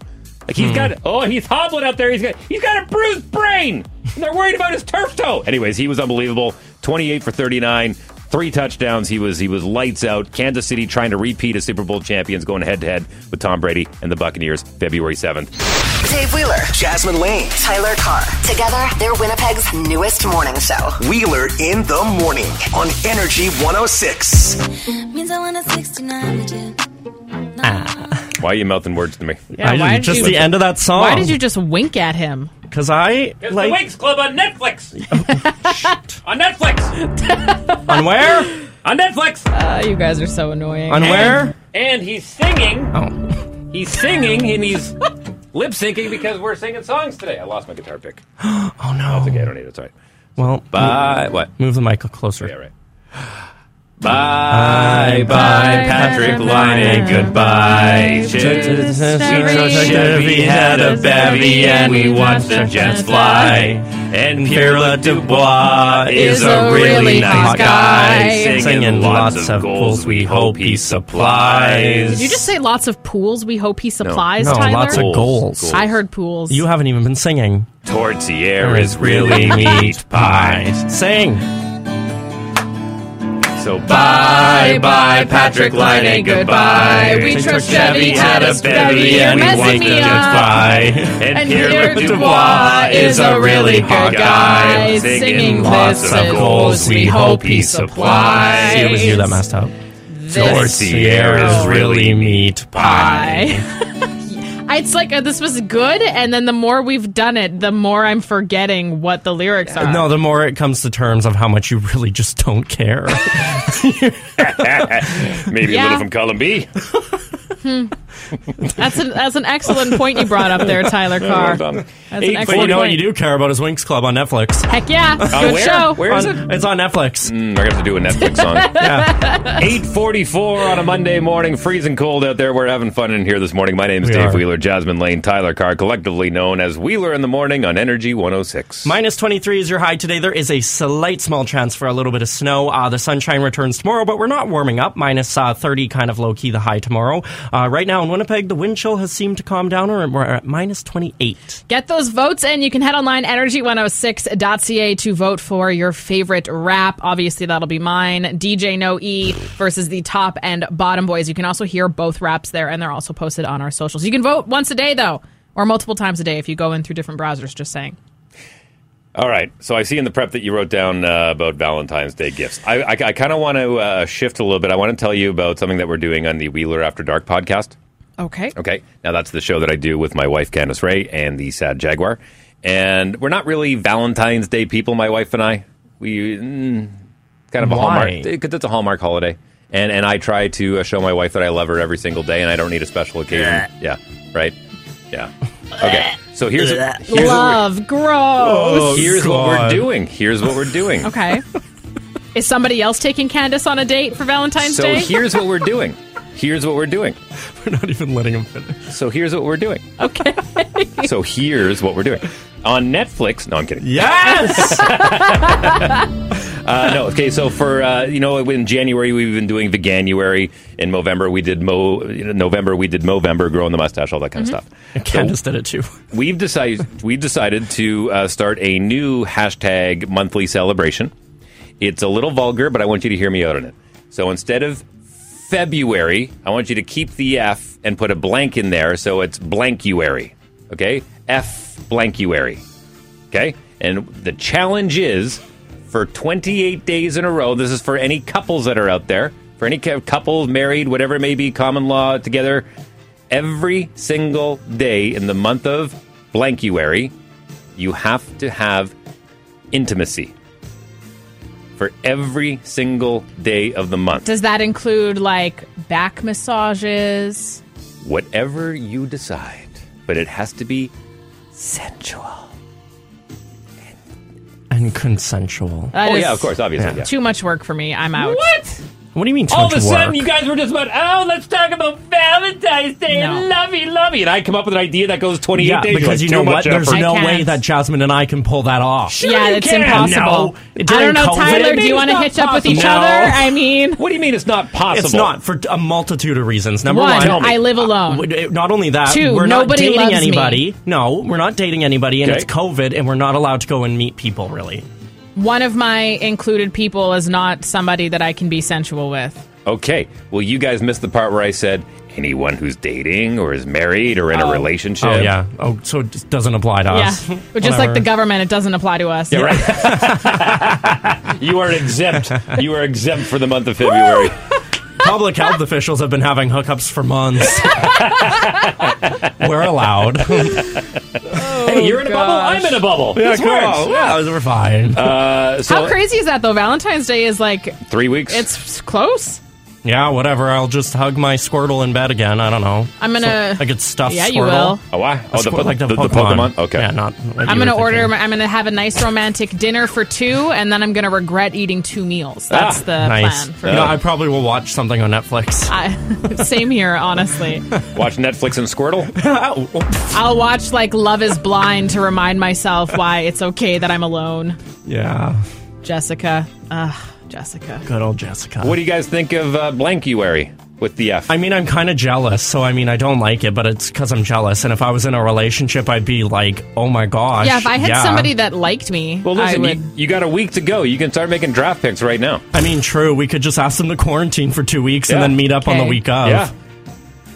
Like he's got oh, he's hobbling out there. He's got he's got a bruised brain. And they're worried about his turf toe. Anyways, he was unbelievable. 28 for 39, three touchdowns. He was he was lights out. Kansas City trying to repeat as Super Bowl champions going head to head with Tom Brady and the Buccaneers February 7th. Dave Wheeler, Jasmine Lane, Tyler Carr. Together, they're Winnipeg's newest morning show. Wheeler in the morning on Energy 106. Means I want a 69 with you. Why are you mouthing words to me? Yeah, I- why did just you- the end of that song. Why did you just wink at him? Because I like Winx Club on Netflix. on Netflix. on where on Netflix. Uh, you guys are so annoying. on where And he's singing. Oh. He's singing and he's lip syncing because we're singing songs today. I lost my guitar pick. oh no. It's okay, I don't need it. It's all right. Well, Bye. What? Move the mic closer. Yeah, right. Bye, bye, Patrick Liney. Goodbye. Cheers. Chevy had a bevy and we watched the jets fly. And Pierre Dubois is a really nice guy. Singing lots of goals we hope he supplies. Did you just say lots of pools? We hope he supplies. No, Tyler? lots of goals. I heard pools. You haven't even been singing. Tortillere is really meat pie. Sing. So bye, bye, Patrick Liney, goodbye. We trust Chevy had a Tennis bevy and we won the Messing me up. goodbye. And Pierre Dubois is a really hot guy. Singing lots of goals, we hope he supplies. See, it was you that messed up. Tortillere is really meat I. It's like uh, this was good, and then the more we've done it, the more I'm forgetting what the lyrics are. No, the more it comes to terms of how much you really just don't care. Maybe a Yeah. little from column B. That's an that's an excellent point you brought up there, Tyler Carr. That's an excellent but you know what point. you do Uh, care about is Winx Club on Netflix. Heck yeah, good where? show. Where is On- it? It's on Netflix. Mm, I have to do a Netflix song. Yeah. 844 on a Monday morning, freezing cold out there. We're having fun in here this morning. My name is We Dave are. Wheeler, Jasmine Lane, Tyler Carr, collectively known as Wheeler in the Morning on Energy 106. Minus 23 is your high today. There is a slight small chance for a little bit of snow. Uh, the sunshine returns tomorrow, but we're not warming up. Minus, uh, 30 kind of low key, the high tomorrow. Uh, right now in Winnipeg, the wind chill has seemed to calm down, or we're at minus 28. Get those votes in. You can head online, energy106.ca, to vote for your favorite rap. Obviously, that'll be mine. DJ No E versus the top and bottom boys. You can also hear both raps there, and they're also posted on our socials. You can vote once a day, though, or multiple times a day if you go in through different browsers, just saying. All right. So I see in the prep that you wrote down uh, about Valentine's Day gifts. I, I, I kind of want to uh, shift a little bit. I want to tell you about something that we're doing on the Wheeler After Dark podcast. Okay. Okay. Now that's the show that I do with my wife Candace Ray and the Sad Jaguar. And we're not really Valentine's Day people, my wife and I. We mm, kind of a Why? hallmark because it's a hallmark holiday. And and I try to uh, show my wife that I love her every single day, and I don't need a special occasion. yeah. Right. Yeah. Okay. So here's here's what Love, we're, gross. here's what we're God. doing. Here's what we're doing. Okay. Is somebody else taking Candace on a date for Valentine's So Day? here's what we're doing. Here's what we're doing. We're not even letting him finish. So here's what we're doing. okay. So here's what we're doing. On Netflix. No, I'm kidding. Yes! Uh, no, okay. So for uh, you know, in January we've been doing Veganuary. In November we did Mo. in November we did Movember, growing the mustache, all that kind of Mm-hmm. stuff. Candace did it too. We've decided we've decided to uh, start a new hashtag monthly celebration. It's a little vulgar, but I want you to hear me out on it. So instead of February, I want you to keep the F and put a blank in there, so it's blankuary. Okay, F blankuary. Okay? And the challenge is for 28 days in a row, this is for any couples that are out there, for any cou- couple, married, whatever it may be, common law, together, every single day in the month of blankuary, you have to have intimacy. For every single day of the month. Does that include like back massages? Whatever you decide, but it has to be sensual. And consensual. That Oh, is yeah, of course, obviously. Yeah. Too much work for me. I'm out. What? What do you mean? All of touch a sudden, work? you guys were just about, oh, let's talk about Valentine's Day, and lovey, lovey. And I come up with an idea that goes 28 yeah, days. You're because like, you too know what? much There's effort. no way that Jasmine and I can pull that off. Sure yeah, you that's can. impossible. No. I During don't know, COVID? Tyler. Do you want to It's hitch not up with each possible. other? No. I mean, what do you mean it's not possible? It's not for a multitude of reasons. Number One, one, uh, I live alone. w- it- Not only that, Two, we're not nobody dating loves me. anybody. No, we're not dating anybody, and Okay. it's COVID, and we're not allowed to go and meet people. Really, one of my included people is not somebody that I can be sensual with. Okay. Well, you guys missed the part where I said anyone who's dating or is married or in a relationship. Oh yeah. Oh, so it just doesn't apply to us. Yeah, but just like the government, it doesn't apply to us. Yeah, right. you are exempt. You are exempt for the month of February. Public health officials have been having hookups for months. we're allowed. hey, you're in a bubble. gosh. I'm in a bubble. Yeah, this cool. works. Yeah, we're fine. Uh, so How crazy is that though? Valentine's Day is like Three weeks. it's close. Yeah, whatever. I'll just hug my Squirtle in bed again. I don't know. I'm gonna- So I could stuff. Yeah, Squirtle. you will. Oh, why? A Oh, the Squir- Pokemon- the- the Pokemon? Okay. Yeah, not. I'm gonna order. My, I'm gonna have a nice romantic dinner for two, and then I'm gonna regret eating two meals. That's the Ah, nice. plan. For You me. know, I probably will watch something on Netflix. I, same here, honestly. watch Netflix and Squirtle. I'll watch like Love Is Blind to remind myself why it's okay that I'm alone. yeah, Jessica, ugh, Jessica. good old Jessica. what do you guys think of uh, Blankuary with the F? I mean, I'm kind of jealous, so I mean, I don't like it, but it's because I'm jealous. And if I was in a relationship, I'd be like, oh my gosh. yeah, if I had somebody that liked me, Well, I listen, would. you, you got a week to go. You can start making draft picks right now. I mean, true. We could just ask them to quarantine for two weeks and Yeah. then meet up on the Okay. week of. Yeah.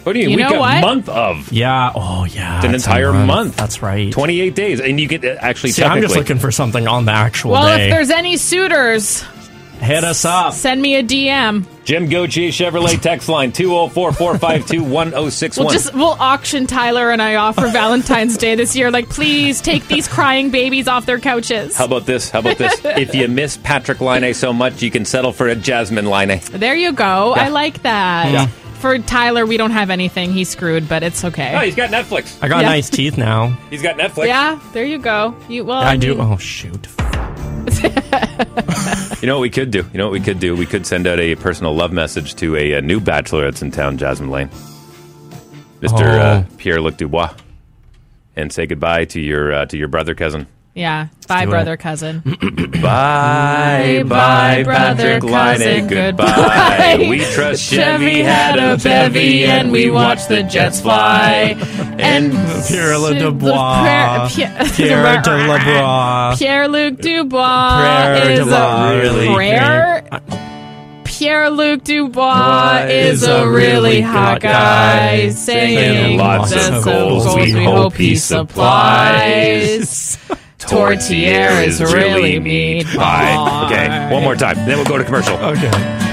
What do you, You week know of what? month of? Yeah. Oh, yeah. It's an that's a entire month. That's right. 28 days. And you get uh, actually See, I'm technically. just looking for something on the actual well, day. if there's any suitors, Hit us up. send me a DM. Jim Gochi Chevrolet text line 204 452 1061. We'll just we'll auction Tyler and I off for Valentine's Day this year. Like, please take these crying babies off their couches. How about this? How about this? if you miss Patrick Line so much, you can settle for a Jasmine Line. There you go. Yeah. I like that. Yeah. For Tyler, we don't have anything. He's screwed, but it's okay. Oh, he's got Netflix. I got Yeah. nice teeth now. He's got Netflix. yeah, there you go. You well, I do. mean- Oh, shoot. You know what we could do? You know what we could do? We could send out a personal love message to a, uh new bachelor that's in town, Jasmine Lane, Mister uh, Pierre Luc Dubois, and say goodbye to your uh, to your brother cousin. Yeah. Bye, do it. brother, cousin. Bye, Bye, brother, cousin, goodbye. We trust Chevy had a bevy and we watched the Jets fly. And Pierre Le Pierre- Dubois. Pierre- Pierre de Dubois. Pierre Luc Dubois Pierre is Dubois, a really prayer. Pierre Luc Dubois is a really hot guy, saying lots that of the goals we hope he supplies. Tortiere is really meat. Bye. Okay, one more time. Then we'll go to commercial. Okay.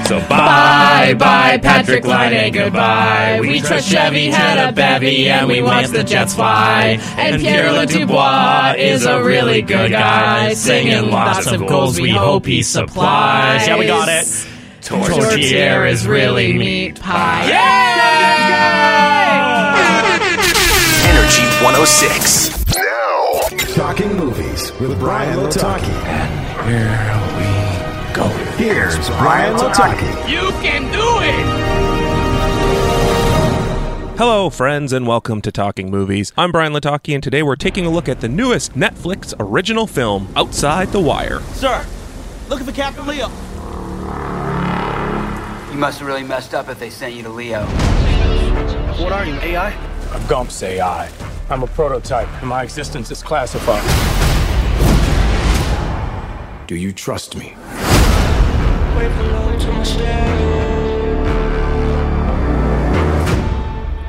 So Bye, bye, bye, Patrick Line, goodbye. We trust Chevy had a bevy and we watched the Jets fly. And Pierre Le Dubois is a really good guy, singing lots of goals we hope he supplies. Yeah, we got it. Tortiere is really meat pie. Energy 106. Talking movies with Brian Lataki. And here we go. Here's Brian Lataki. You can do it! Hello, friends, and welcome to Talking Movies. I'm Brian Lataki, and today we're taking a look at the newest Netflix original film, Outside the Wire. Sir, looking for Captain Leo. You must have really messed up if they sent you to Leo. What are you, AI? I'm Gump's AI. I'm a prototype, and my existence is classified. Do you trust me?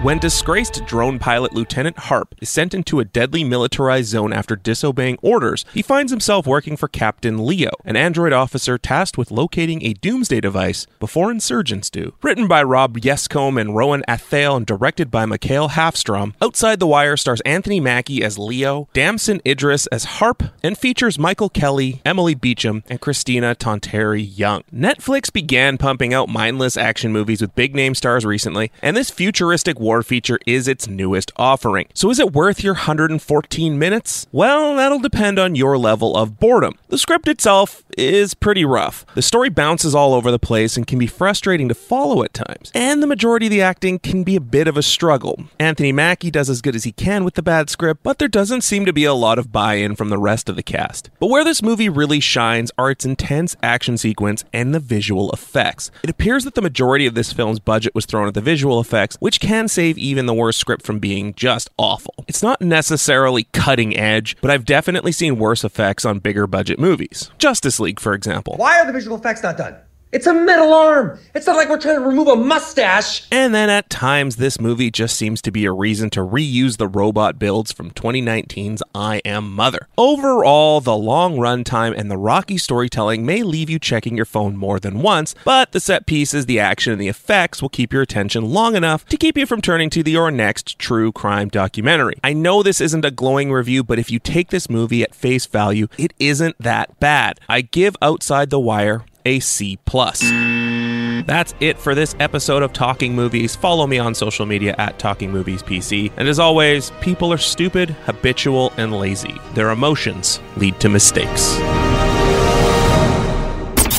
When disgraced drone pilot Lieutenant Harp is sent into a deadly militarized zone after disobeying orders, he finds himself working for Captain Leo, an android officer tasked with locating a doomsday device before insurgents do. Written by Rob Yescombe and Rowan Athale and directed by Mikhail Hafstrom, Outside the Wire stars Anthony Mackie as Leo, Damson Idris as Harp, and features Michael Kelly, Emily Beecham, and Christina Tonteri Young. Netflix began pumping out mindless action movies with big name stars recently, and this futuristic War feature is its newest offering. So is it worth your 114 minutes? Well, that'll depend on your level of boredom. The script itself is pretty rough. The story bounces all over the place and can be frustrating to follow at times. And the majority of the acting can be a bit of a struggle. Anthony Mackie does as good as he can with the bad script, but there doesn't seem to be a lot of buy in from the rest of the cast. But where this movie really shines are its intense action sequence and the visual effects. It appears that the majority of this film's budget was thrown at the visual effects, which can save even the worst script from being just awful. It's not necessarily cutting edge, but I've definitely seen worse effects on bigger budget movies. Justice League, for example. Why are the visual effects not done? It's a metal arm. It's not like we're trying to remove a mustache. And then at times, this movie just seems to be a reason to reuse the robot builds from 2019's I Am Mother. Overall, the long runtime and the rocky storytelling may leave you checking your phone more than once, but the set pieces, the action, and the effects will keep your attention long enough to keep you from turning to the, your next true crime documentary. I know this isn't a glowing review, but if you take this movie at face value, it isn't that bad. I give Outside the Wire a C plus. That's it for this episode of Talking Movies. Follow me on social media at Talking Movies PC. And as always, people are stupid, habitual, and lazy. Their emotions lead to mistakes.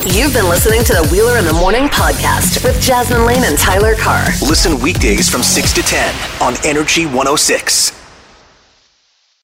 You've been listening to the Wheeler in the Morning podcast with Jasmine Lane and Tyler Carr. Listen weekdays from 6 to 10 on Energy 106.